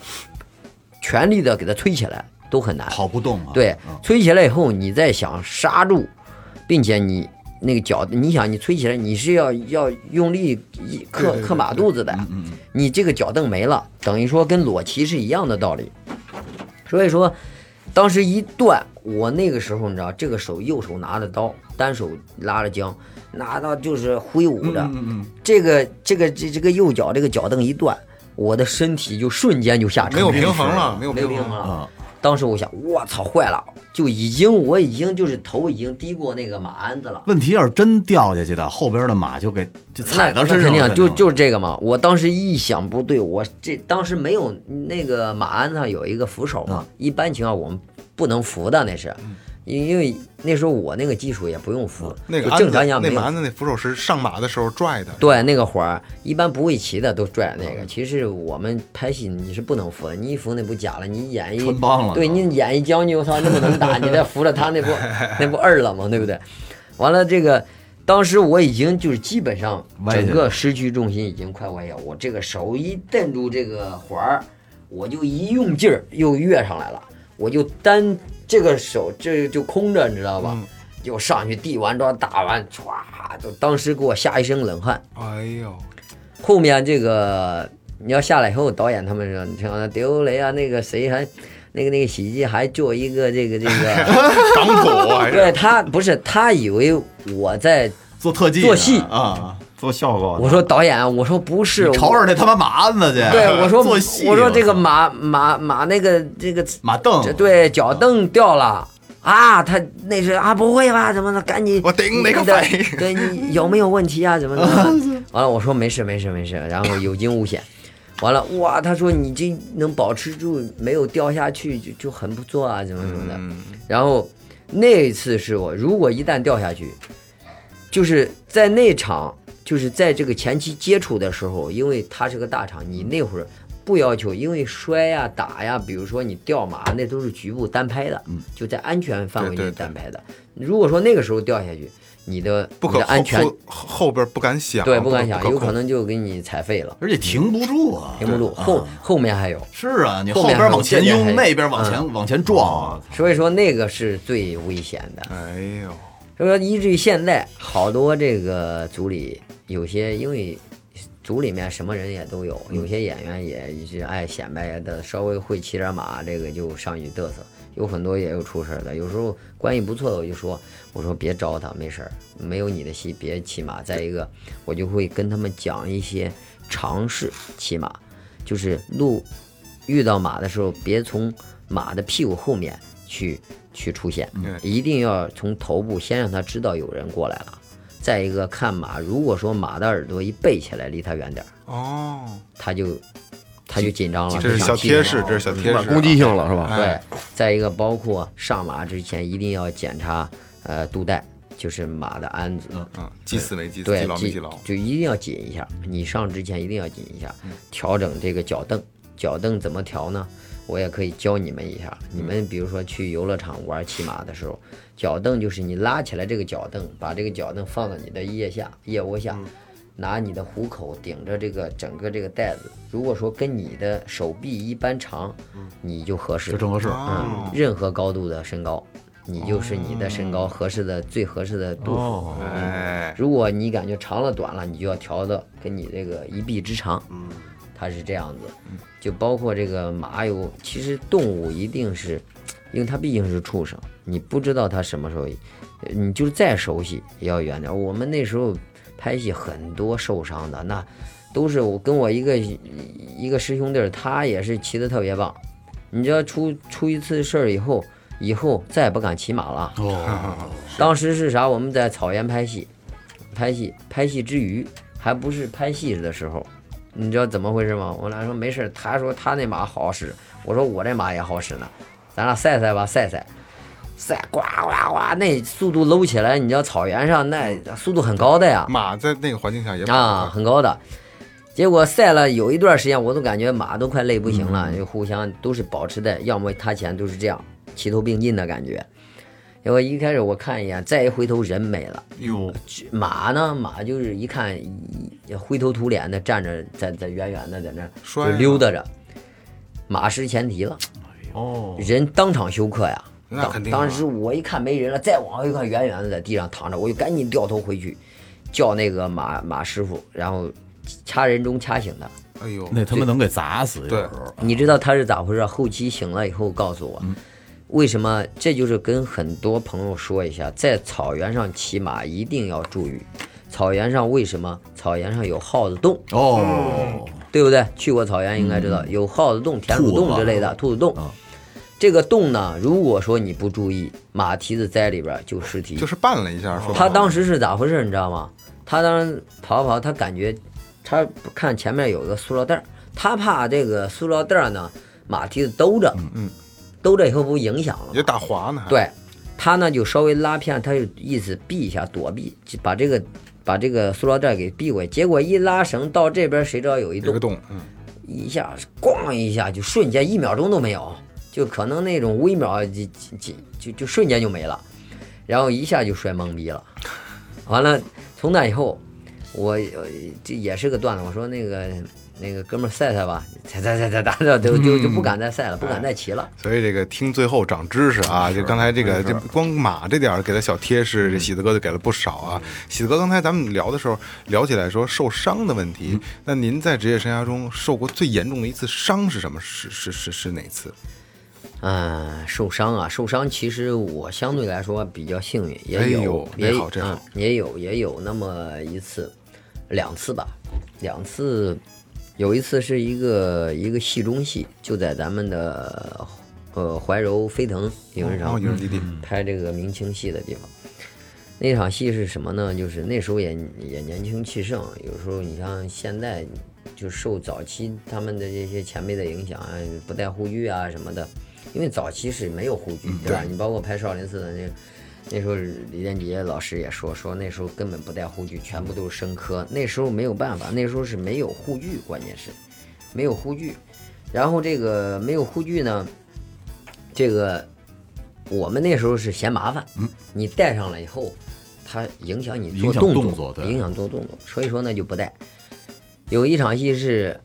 全力的给它推起来，都很难。
跑不动啊。
对，
嗯
吹起来以后，你再想刹住，并且你那个脚，你想你吹起来，你是要要用力一克克马肚子的
嗯
呀，你这个脚蹬没了，等于说跟裸骑是一样的道理。所以说，当时一断，我那个时候你知道，这个手右手拿着刀，单手拉着缰，拿到就是挥舞着，
嗯
这个这个这这个右脚这个脚蹬一断，我的身体就瞬间就下沉，
没有平衡了，没有啊
没
平
有平衡
衡了。
了。当时我想，我操，坏了，就已经我已经就是头已经低过那个马鞍子了。
问题要是真掉下去的，后边的马就给就踩到身
那
上
肯
了，啊
定就就是这个嘛。我当时一想不对，我这当时没有那个马鞍上有一个扶手嘛，一般情况我们不能扶的那是，因因为那时候我那个技术也不用扶，
那个
就
鞍
正
子，
常讲
那
没有
蛮子那扶手是上马的时候拽的，
对，那个环儿一般不会骑的都拽那
嗯
个。其实我们拍戏你是不能扶的，你一扶那不假了，你演一
穿帮了
对你演一将军，我操，那么 能打，你再扶着他那不那不二了吗？对不对？完了这个。当时我已经就是基本上
歪下
整
去
个失去重心，已经快歪下。我这个手一蹬住这个环儿，我就一用劲儿又跃上来了，我就单这个手这就空着，你知道吧？
嗯
又上去递完招打完，歘，就当时给我吓一身冷汗。
哎呦，
后面这个你要下来以后，导演他们说，你像刘雷啊，那个谁还，那个那个喜剧还做一个这个这个，
港口还是啊
对他不是他以为我在
做特技
做戏
啊，
做效果的。
我说导演，我说不是，
瞅
我
瞅那他妈马鞍子去，
对我说
做戏，
我说这个
操
马马马那个这个
马凳
哦
这，对脚蹬掉了啊，他那是啊不会吧？怎么的？赶紧
我顶哪个
你的
肺
对你有没有问题 啊？怎么怎么？完了，我说没事没事没事，然后有惊无险。完了哇，他说你这能保持住没有掉下去就就很不错啊，怎么怎么的。
嗯
然后那次是我如果一旦掉下去，就是在那场，就是在这个前期接触的时候，因为它是个大场，你那会儿不要求，因为摔呀、打呀，比如说你掉马，那都是局部单拍的，就在安全范围
嗯对对
内
对
单拍的。如果说那个时候掉下去，你的
不
你
可
的安全
后后后边不敢想，
对不敢想，
不
有
控
可能就给你踩废了，
而且停不住啊，
停不住。后后面还有，
是啊，你
后
后
面
边往
还
前
有这边还
拥，
有
那边往前往前撞啊，
所以说那个是最危险的。
哎呦，
所以说，以至于现在好多这个组里有些，因为组里面什么人也都有，有些演员也是爱显摆的，稍微会骑点马，这个就上去嘚瑟。有很多也有出事儿的，有时候关系不错的，我就说，我说别招他，没事儿，没有你的戏别骑马。再一个，我就会跟他们讲一些常识，骑马就是路遇到马的时候，别从马的屁股后面去去出现，
嗯
一定要从头部先让他知道有人过来了。再一个，看马，如果说马的耳朵一背起来，离他远点儿，
哦，
他就他就紧张了。
这是
就
小
想踢人
贴士
了，
这是小贴
玩
士，哎
攻击性了是吧？
对，再一个，包括上马之前一定要检查呃肚带，就是马的鞍子，
嗯，记死没记死，
对
记，牢没
紧
记牢，
就一定要紧一下。你上之前一定要紧一下，调整这个脚蹬。脚蹬怎么调呢？我也可以教你们一下。你们比如说去游乐场玩骑马的时候，脚蹬就是你拉起来这个脚蹬，把这个脚蹬放到你的腋下、腋窝下，拿你的虎口顶着这个整个这个带子。如果说跟你的手臂一般长，你就合适
就。正合适。
嗯
哦，，
任何高度的身高，你就是你的身高合适的最合适的度
哦
数。
哎，
如果你感觉长了短了，你就要调的跟你这个一臂之长。嗯，它是这样子，就包括这个马有，其实动物一定是，因为它毕竟是畜生，你不知道它什么时候，呃你就是再熟悉也要远点。我们那时候拍戏很多受伤的，那都是我跟我一个一个师兄弟儿，他也是骑得特别棒。你知道出出一次事儿以后，以后再也不敢骑马了。
哦，
当时是啥？我们在草原拍戏，拍戏，拍戏之余，还不是拍戏的时候，你知道怎么回事吗？我俩说没事儿，他说他那马好使，我说我这马也好使呢，咱俩赛赛吧，赛赛，赛呱呱呱，那速度搂起来，你知道草原上那速度很高的呀，
马在那个环境下也跑
啊，
得快，
很高的。结果赛了有一段时间，我都感觉马都快累不行
嗯
了，就互相都是保持在要么他前都是这样齐头并进的感觉。结果一开始我看一眼，再一回头人没了，
哟，
马呢马就是一看一灰头土脸的站着，在在远远的在那儿
摔
就
了
溜达着，马失前蹄了，
哦，
人当场休克呀。
那肯定啊
当。当时我一看没人了，再往后一看，远远的在地上躺着，我就赶紧掉头回去，叫那个马马师傅，然后掐人中掐醒他。
哎呦，
那他妈能给砸死，有
对
时候
你知道他是咋回事？后期醒了以后告诉我，
嗯
为什么？这就是跟很多朋友说一下，在草原上骑马一定要注意。草原上为什么？草原上有耗子洞，
哦，
对不对？去过草原应该知道，有耗子洞、啊田鼠洞之类的嗯兔子洞。这个洞呢，如果说你不注意，马蹄子栽里边儿就尸体。
就是绊了一下，说
他当时是咋回事，你知道吗？他当时跑跑，他感觉他看前面有一个塑料袋儿，他怕这个塑料袋儿呢马蹄子兜着，嗯，兜着以后不影响了吗
也打滑呢，还，
对，他呢就稍微拉偏，他就意思避一下，躲避，就把这个把这个塑料袋儿给避过去。结果一拉绳到这边，谁知道有一
有
洞
个，洞，嗯，
一下咣一下就瞬间一秒钟都没有，就可能那种微秒就就就就瞬间就没了，然后一下就摔懵逼了。完了，从那以后，我呃这也是个段子，我说那个那个哥们儿赛赛吧，赛赛赛赛打的就就就不敢再赛了，不敢再骑了。
所以这个听最后长知识啊，就刚才这个这光马这点儿给了小贴士，这喜子哥就给了不少啊。喜子哥刚才咱们聊的时候聊起来说受伤的问题，那您在职业生涯中受过最严重的一次伤是什么？是是是是哪次？
嗯，受伤啊，受伤，其实我相对来说比较幸运，
哎
也有
呦，
也
这
有
好这好
嗯也有也有那么一次，两次吧，两次，有一次是一个一个戏中戏，就在咱们的呃怀柔飞腾影视
然后
城
哦影视基地，
拍这个明清戏的地方。那场戏是什么呢？就是那时候也也年轻气盛，有时候你像现在就受早期他们的这些前辈的影响啊，不戴护具啊什么的，因为早期是没有护具，对吧？你包括拍少林寺的那那时候李连杰老师也说，说那时候根本不带护具，全部都是生科。那时候没有办法，那时候是没有护具，关键是没有护具。然后这个没有护具呢，这个我们那时候是嫌麻烦，你戴上了以后，它影响你做
嗯影响
动
动作对
影响做动作，所以说呢就不戴。有一场戏是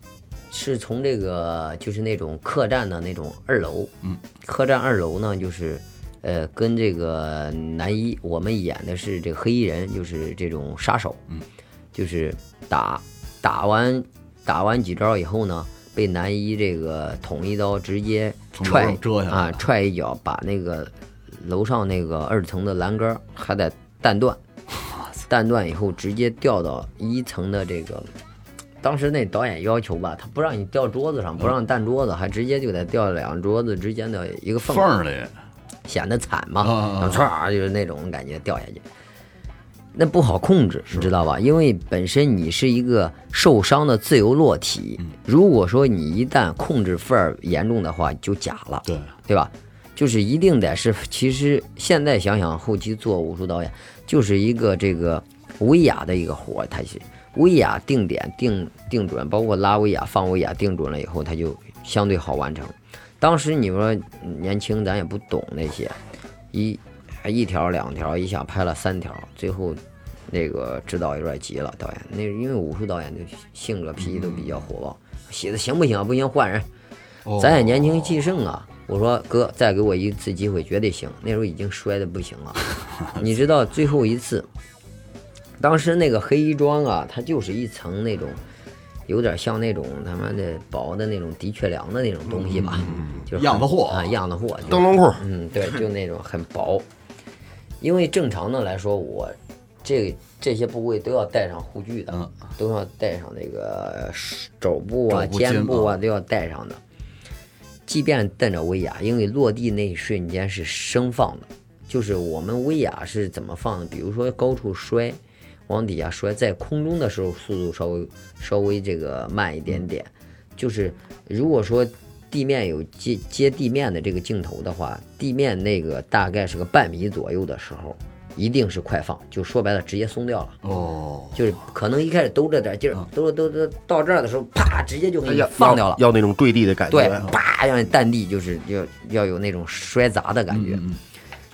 是从这个就是那种客栈的那种二楼，嗯，客栈二楼呢就是。呃，跟这个男一，我们演的是这个黑衣人，就是这种杀手，嗯，就是打打完打完几招以后呢，被男一这个捅一刀，直接
从楼
踹
上遮下来
啊
了，
踹一脚，把那个楼上那个二层的栏杆儿还得弹断，弹断以后直接掉到一层的这个。当时那导演要求吧，他不让你掉桌子上，不让弹桌子，还直接就得掉两桌子之间的一个缝
缝
儿
儿里，
显得惨嘛，
啊啊啊
然后唰、就是那种感觉掉下去，那不好控制，你知道吧？因为本身你是一个受伤的自由落体，
嗯
如果说你一旦控制份儿严重的话，就假了，
对，
对吧？就是一定得是，其实现在想想，后期做武术导演就是一个这个威亚的一个活儿，它是威亚定点定定准，包括拉威亚、放威亚定准了以后，它就相对好完成。当时你说嗯年轻，咱也不懂那些，一一条两条，一下拍了三条，最后那个指导有点急了，导演那因为武术导演的性格脾气都比较火爆，写的行不行啊？不行换人，
哦
咱也年轻气盛啊。我说哥，再给我一次机会，绝对行。那时候已经摔的不行 了，你知道最后一次，当时那个黑衣装啊，它就是一层那种，有点像那种他妈的薄的那种的确良的那种东西
嗯
吧，就是很
样子货
啊，样子货，就是
灯笼裤，
嗯，对，就那种很薄。因为正常的来说，我这这些部位都要带上护具的，
嗯
都要带上那个肘部啊、
肘部
肩部啊
肩
都要带上的。即便带着威亚，因为落地那一瞬间是升放的，就是我们威亚是怎么放的？比如说高处摔，往底下摔，在空中的时候速度稍微稍微这个慢一点点。就是如果说地面有接接地面的这个镜头的话，地面那个大概是个半米左右的时候，一定是快放，就说白了直接松掉了。
哦，
就是可能一开始兜着点劲儿，兜着兜着到这儿的时候，啪，直接就给
嗯
你
要
放掉了。
哎要那种坠地的感觉。啊
对，啪，让你淡地就是要要有那种摔砸的感觉。
嗯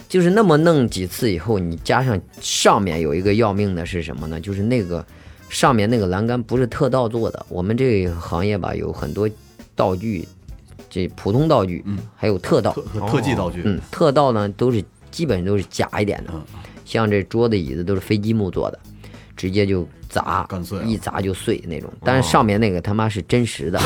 就是那么弄几次以后，你加上上面有一个要命的是什么呢？就是那个上面那个栏杆不是特道做的，我们这个行业吧有很多道具，这普通道具，还有特道，
特特特技道具，
嗯，特道呢都是基本都是假一点的，
嗯
像这桌子椅子都是飞机木做的，直接就砸，
干碎了哦
一砸就碎那种。但是上面那个他妈是真实 的，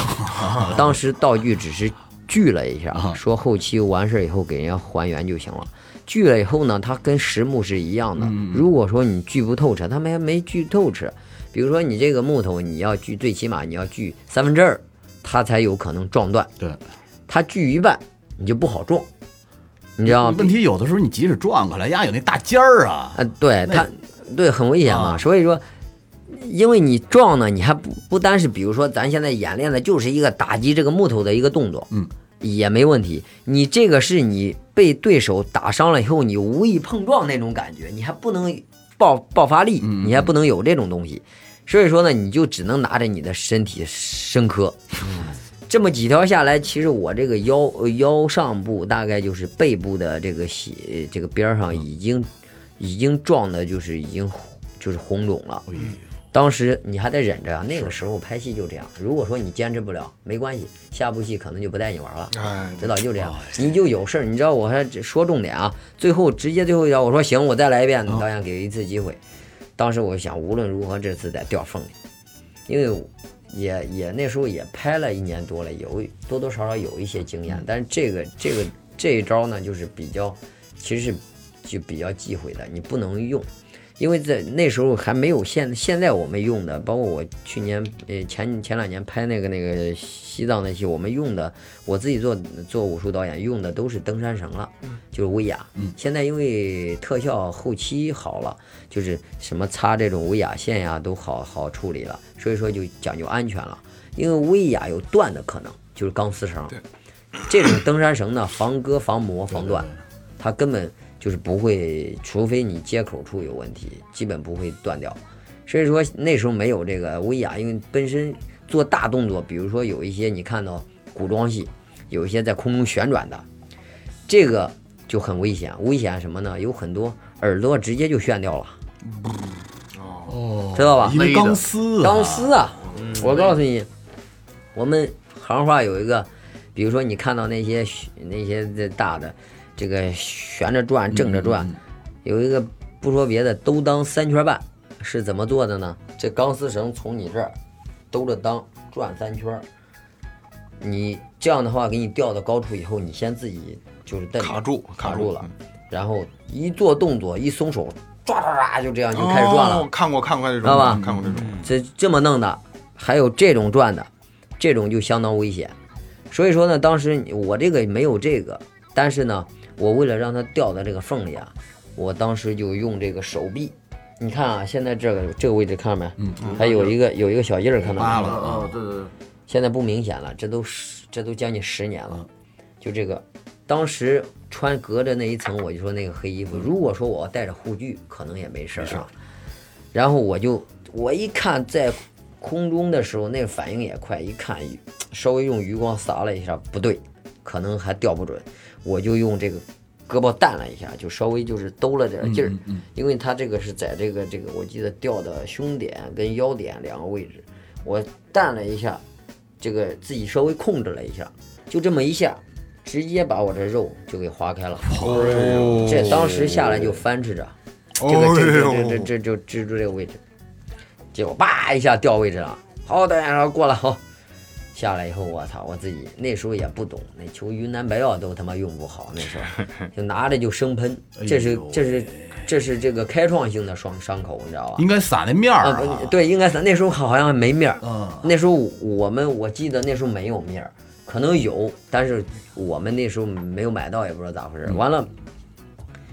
当时道具只是锯了一下，
啊
说后期完事儿以后给人家还原就行了。锯了以后呢，它跟实木是一样的。
嗯
如果说你锯不透彻，他们还没锯透彻。比如说你这个木头，你要锯，最起码你要锯三分之二，它才有可能撞断。
对。
它锯一半，你就不好撞，你知道吗？
问题有的时候你即使转过来，呀，有那大尖儿啊，
啊，对
那
它，对，很危险嘛。
啊
所以说，因为你撞呢，你还不不单是，比如说咱现在演练的就是一个打击这个木头的一个动作，
嗯，
也没问题。你这个是你被对手打伤了以后，你无意碰撞那种感觉，你还不能爆爆发力，
嗯
你还不能有这种东西。所以说呢，你就只能拿着你的身体深磕。这么几条下来，其实我这个腰呃腰上部大概就是背部的这个血这个边儿上已经已经撞的，就是已经就是红肿了。当时你还得忍着啊，那个时候拍戏就这样。如果说你坚持不了，没关系，下部戏可能就不带你玩了。
哎，
指导就这样，啊你就有事儿，你知道我还说重点啊，最后直接最后一条我说行，我再来一遍，导演给一次机会。当时我就想，无论如何这次得掉缝里，因为也也那时候也拍了一年多了，有多多少少有一些经验，但是这个这个这一招呢，就是比较其实是就比较忌讳的，你不能用。因为在那时候还没有现现在我们用的，包括我去年呃前前两年拍那个那个西藏那戏，我们用的我自己做做武术导演用的都是登山绳了，就是威亚。
嗯
现在因为特效后期好了，就是什么擦这种威亚线呀都好好处理了，所以说就讲究安全了。因为威亚有断的可能，就是钢丝绳。
对
这种登山绳呢，防割、防磨、防断，它根本就是不会，除非你接口处有问题，基本不会断掉。所以说那时候没有这个威亚，因为本身做大动作，比如说有一些你看到古装戏，有一些在空中旋转的，这个就很危险。危险什么呢？有很多耳朵直接就炫掉了，
哦
知道吧？
因为钢丝、啊，
钢丝啊！
嗯
我告诉你，我们行话有一个，比如说你看到那些那些这大的，这个旋着转、正着
嗯
转，有一个不说别的，兜裆三圈半是怎么做的呢？这钢丝绳从你这儿兜着裆转三圈儿，你这样的话给你吊到高处以后，你先自己就是蹬
卡住
卡
卡
住
住
了
嗯，
然后一做动作一松手，抓抓抓就这样就开始转了。
哦看过看过这种，
知道吧
看过这种，
嗯
这这么弄的，还有这种转的，这种就相当危险。所以说呢，当时我这个没有这个，但是呢，我为了让它掉到这个缝里啊，我当时就用这个手臂。你看啊，现在这个这个位置看到没？嗯，还有一个有一个小印儿，看到
扒
没？
了啊，
啊，对对对，
现在不明显了，这都十这都将近十年了，就这个，当时穿隔着那一层，我就说那个黑衣服，如果说我带着护具，可能也没事儿、啊。然后我就我一看在空中的时候，那反应也快，一看稍微用余光撒了一下，不对，可能还吊不准，我就用这个胳膊弹了一下，就稍微就是兜了点劲儿，因为它这个是在这个这个我记得吊的胸点跟腰点两个位置，我弹了一下，这个自己稍微控制了一下，就这么一下，直接把我这肉就给划开了。这当时下来就翻吃着，嗯这个这
哦
这这这这就支住这个位置，结果叭一下掉位置了。好，导演说过了，好，下来以后我操，我自己那时候也不懂，那球云南白药都他妈用不好，那时候就拿着就生喷，这
哎
是
呦喂
这是这是这个开创性的伤伤口，你知道吧？
应该撒那面儿、
啊
啊
不对，应该是那时候好像没面儿。
嗯
那时候我们我记得那时候没有面儿，可能有，但是我们那时候没有买到，也不知道咋回事
嗯
儿。完了，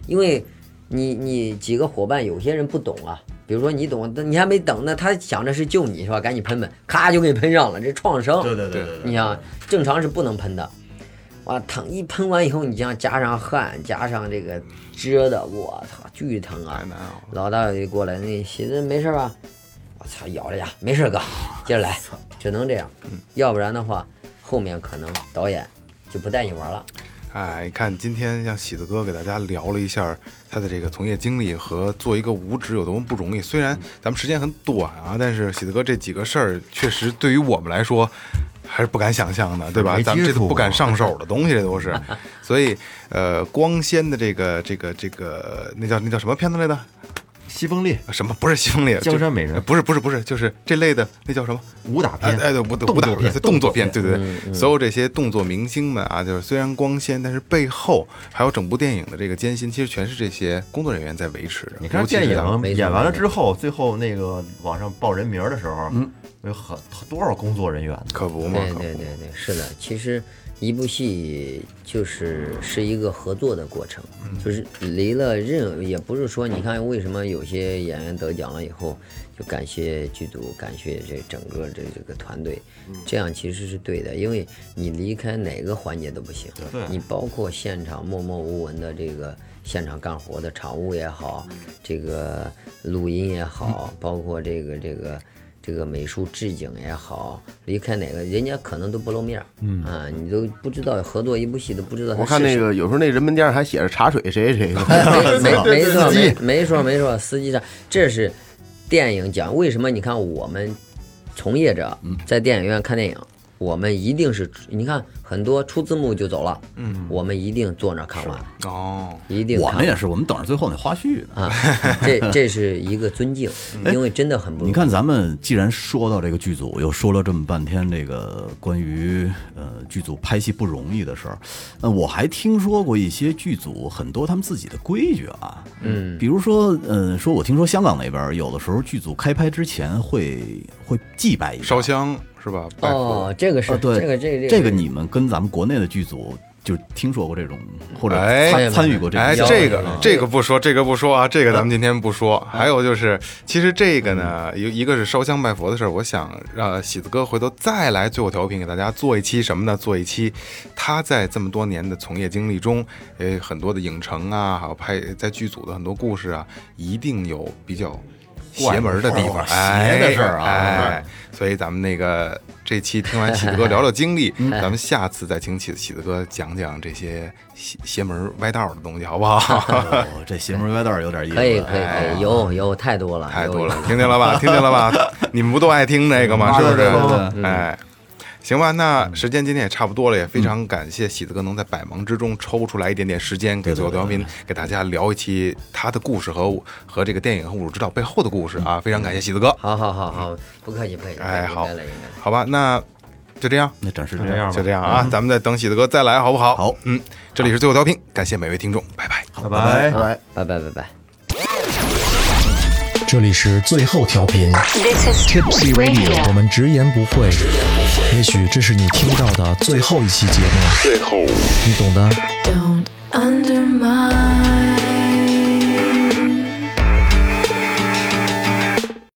因为你你几个伙伴，有些人不懂啊，比如说你懂，但你还没等呢，他想着是救你是吧？赶紧喷喷，咔就给你喷上了，这创伤。
对对对对对，
你想，正常是不能喷的。哇，疼！一喷完以后，你这样加上汗，加上这个蛰的，我操，巨疼啊！
哎太难熬了。
老大就过来，那寻思没事吧？我操，咬着牙，没事哥，接着来，只能这样，要不然的话，后面可能导演就不带你玩了。
哎，看今天让喜子哥给大家聊了一下他的这个从业经历和做一个武指有多么不容易。虽然咱们时间很短啊，但是喜子哥这几个事儿确实对于我们来说还是不敢想象的，对吧？
没
咱们这
接触
都
过
不敢上手的东西，这都 是。所以，呃，光鲜的这个这个这个那叫那叫什么片子来的？
西风烈
什么不是兄弟？
江山美人
就不是不是不是，就是这类的那叫什么？
武打
哎
片，
哎，对，武武打
动作片
动作片，对对
嗯
对，所有这些动作明星们啊，就是虽然光鲜，但是背后还有整部电影的这个艰辛，其实全是这些工作人员在维持着。
你看
尤其是
电
咱们
影
没错
演完了之后，最后那个网上报人名儿的时候，嗯，有很多少工作人员呢？
可不嘛，
对
可不
对对对，是的，其实一部戏就是是一个合作的过程，就是离了任，也不是说你看为什么有些演员得奖了以后，就感谢剧组，感谢这整个这这个团队，这样其实是对的，因为你离开哪个环节都不行，
对
你包括现场默默无闻的这个现场干活的场务也好，这个录音也好，包括这个这个这个美术置景也好，离开哪个人家可能都不露面，嗯啊，你都不知道合作一部戏都不知道他
我看
是
那
谁
个有时候那人门店上还写着茶水谁谁谁
哎没没没错，
司机
没没错没错，司机上这是电影讲为什么？你看我们从业者在电影院看电影，我们一定是，你看很多出字幕就走了，嗯，我们一定坐那儿看完，
哦，
一定
我
看完
们也是，我们等着最后那花絮呢。
啊，这这是一个尊敬，因为真的很不
哎
容易。
你看，咱们既然说到这个剧组，又说了这么半天这个关于呃剧组拍戏不容易的事儿，呃，我还听说过一些剧组很多他们自己的规矩啊，嗯，比如说，呃，说我听说香港那边儿有的时候剧组开拍之前会会祭拜一下
烧香是吧？拜佛
哦，这个是、
啊，对，
这个这个
这
个
个你们跟咱们国内的剧组就听说过这种或者
哎
参参与过这种
哎，
要求
这
吗
个这个不说，这个不说啊，这个咱们今天不说。还有就是，其实这个呢，一一个是烧香拜佛的事儿，我想让喜子哥回头再来最后调频给大家做一期什么呢？做一期他在这么多年的从业经历中，呃，很多的影城啊，还有拍在剧组的很多故事啊，一定有比较。邪门的地方，
怪的事儿邪的事儿啊
哎，哎所以咱们那个这期听完喜子哥聊聊经历，
嗯
咱
哎
们下次再请喜喜子哥讲讲这些邪邪门歪道的东西，好不 好？
哦这邪门歪道儿有点意思，啊
可以可以可以，有有太多了，
太
有
多了，听见了 吧？听见了吧？你们不都爱听这个吗？是不
嗯对对对嗯
是？哎。行吧，那时间今天也差不多了，也非常感谢喜子哥能在百忙之中抽出来一点点时间，给左右调频给大家聊一期他的故事和我和这个电影和《武术指导》背后的故事
嗯
啊！非常感谢喜子哥，
好好好好，不客气不客气，
哎好
应该了应该了。
好吧，那就这样，
那暂时这
这
样，
样吧嗯
就这样啊，咱们再等喜子哥再来，好不好？
好，
嗯，这里是最后调频，感谢每位听众，拜拜。
拜拜。
来。
拜拜拜拜。
这里是最后调频，
This is Tipsy Radio.
我们直言不讳。也许这是你听到的最后一期节目，最后，你懂的。
Don't undermine.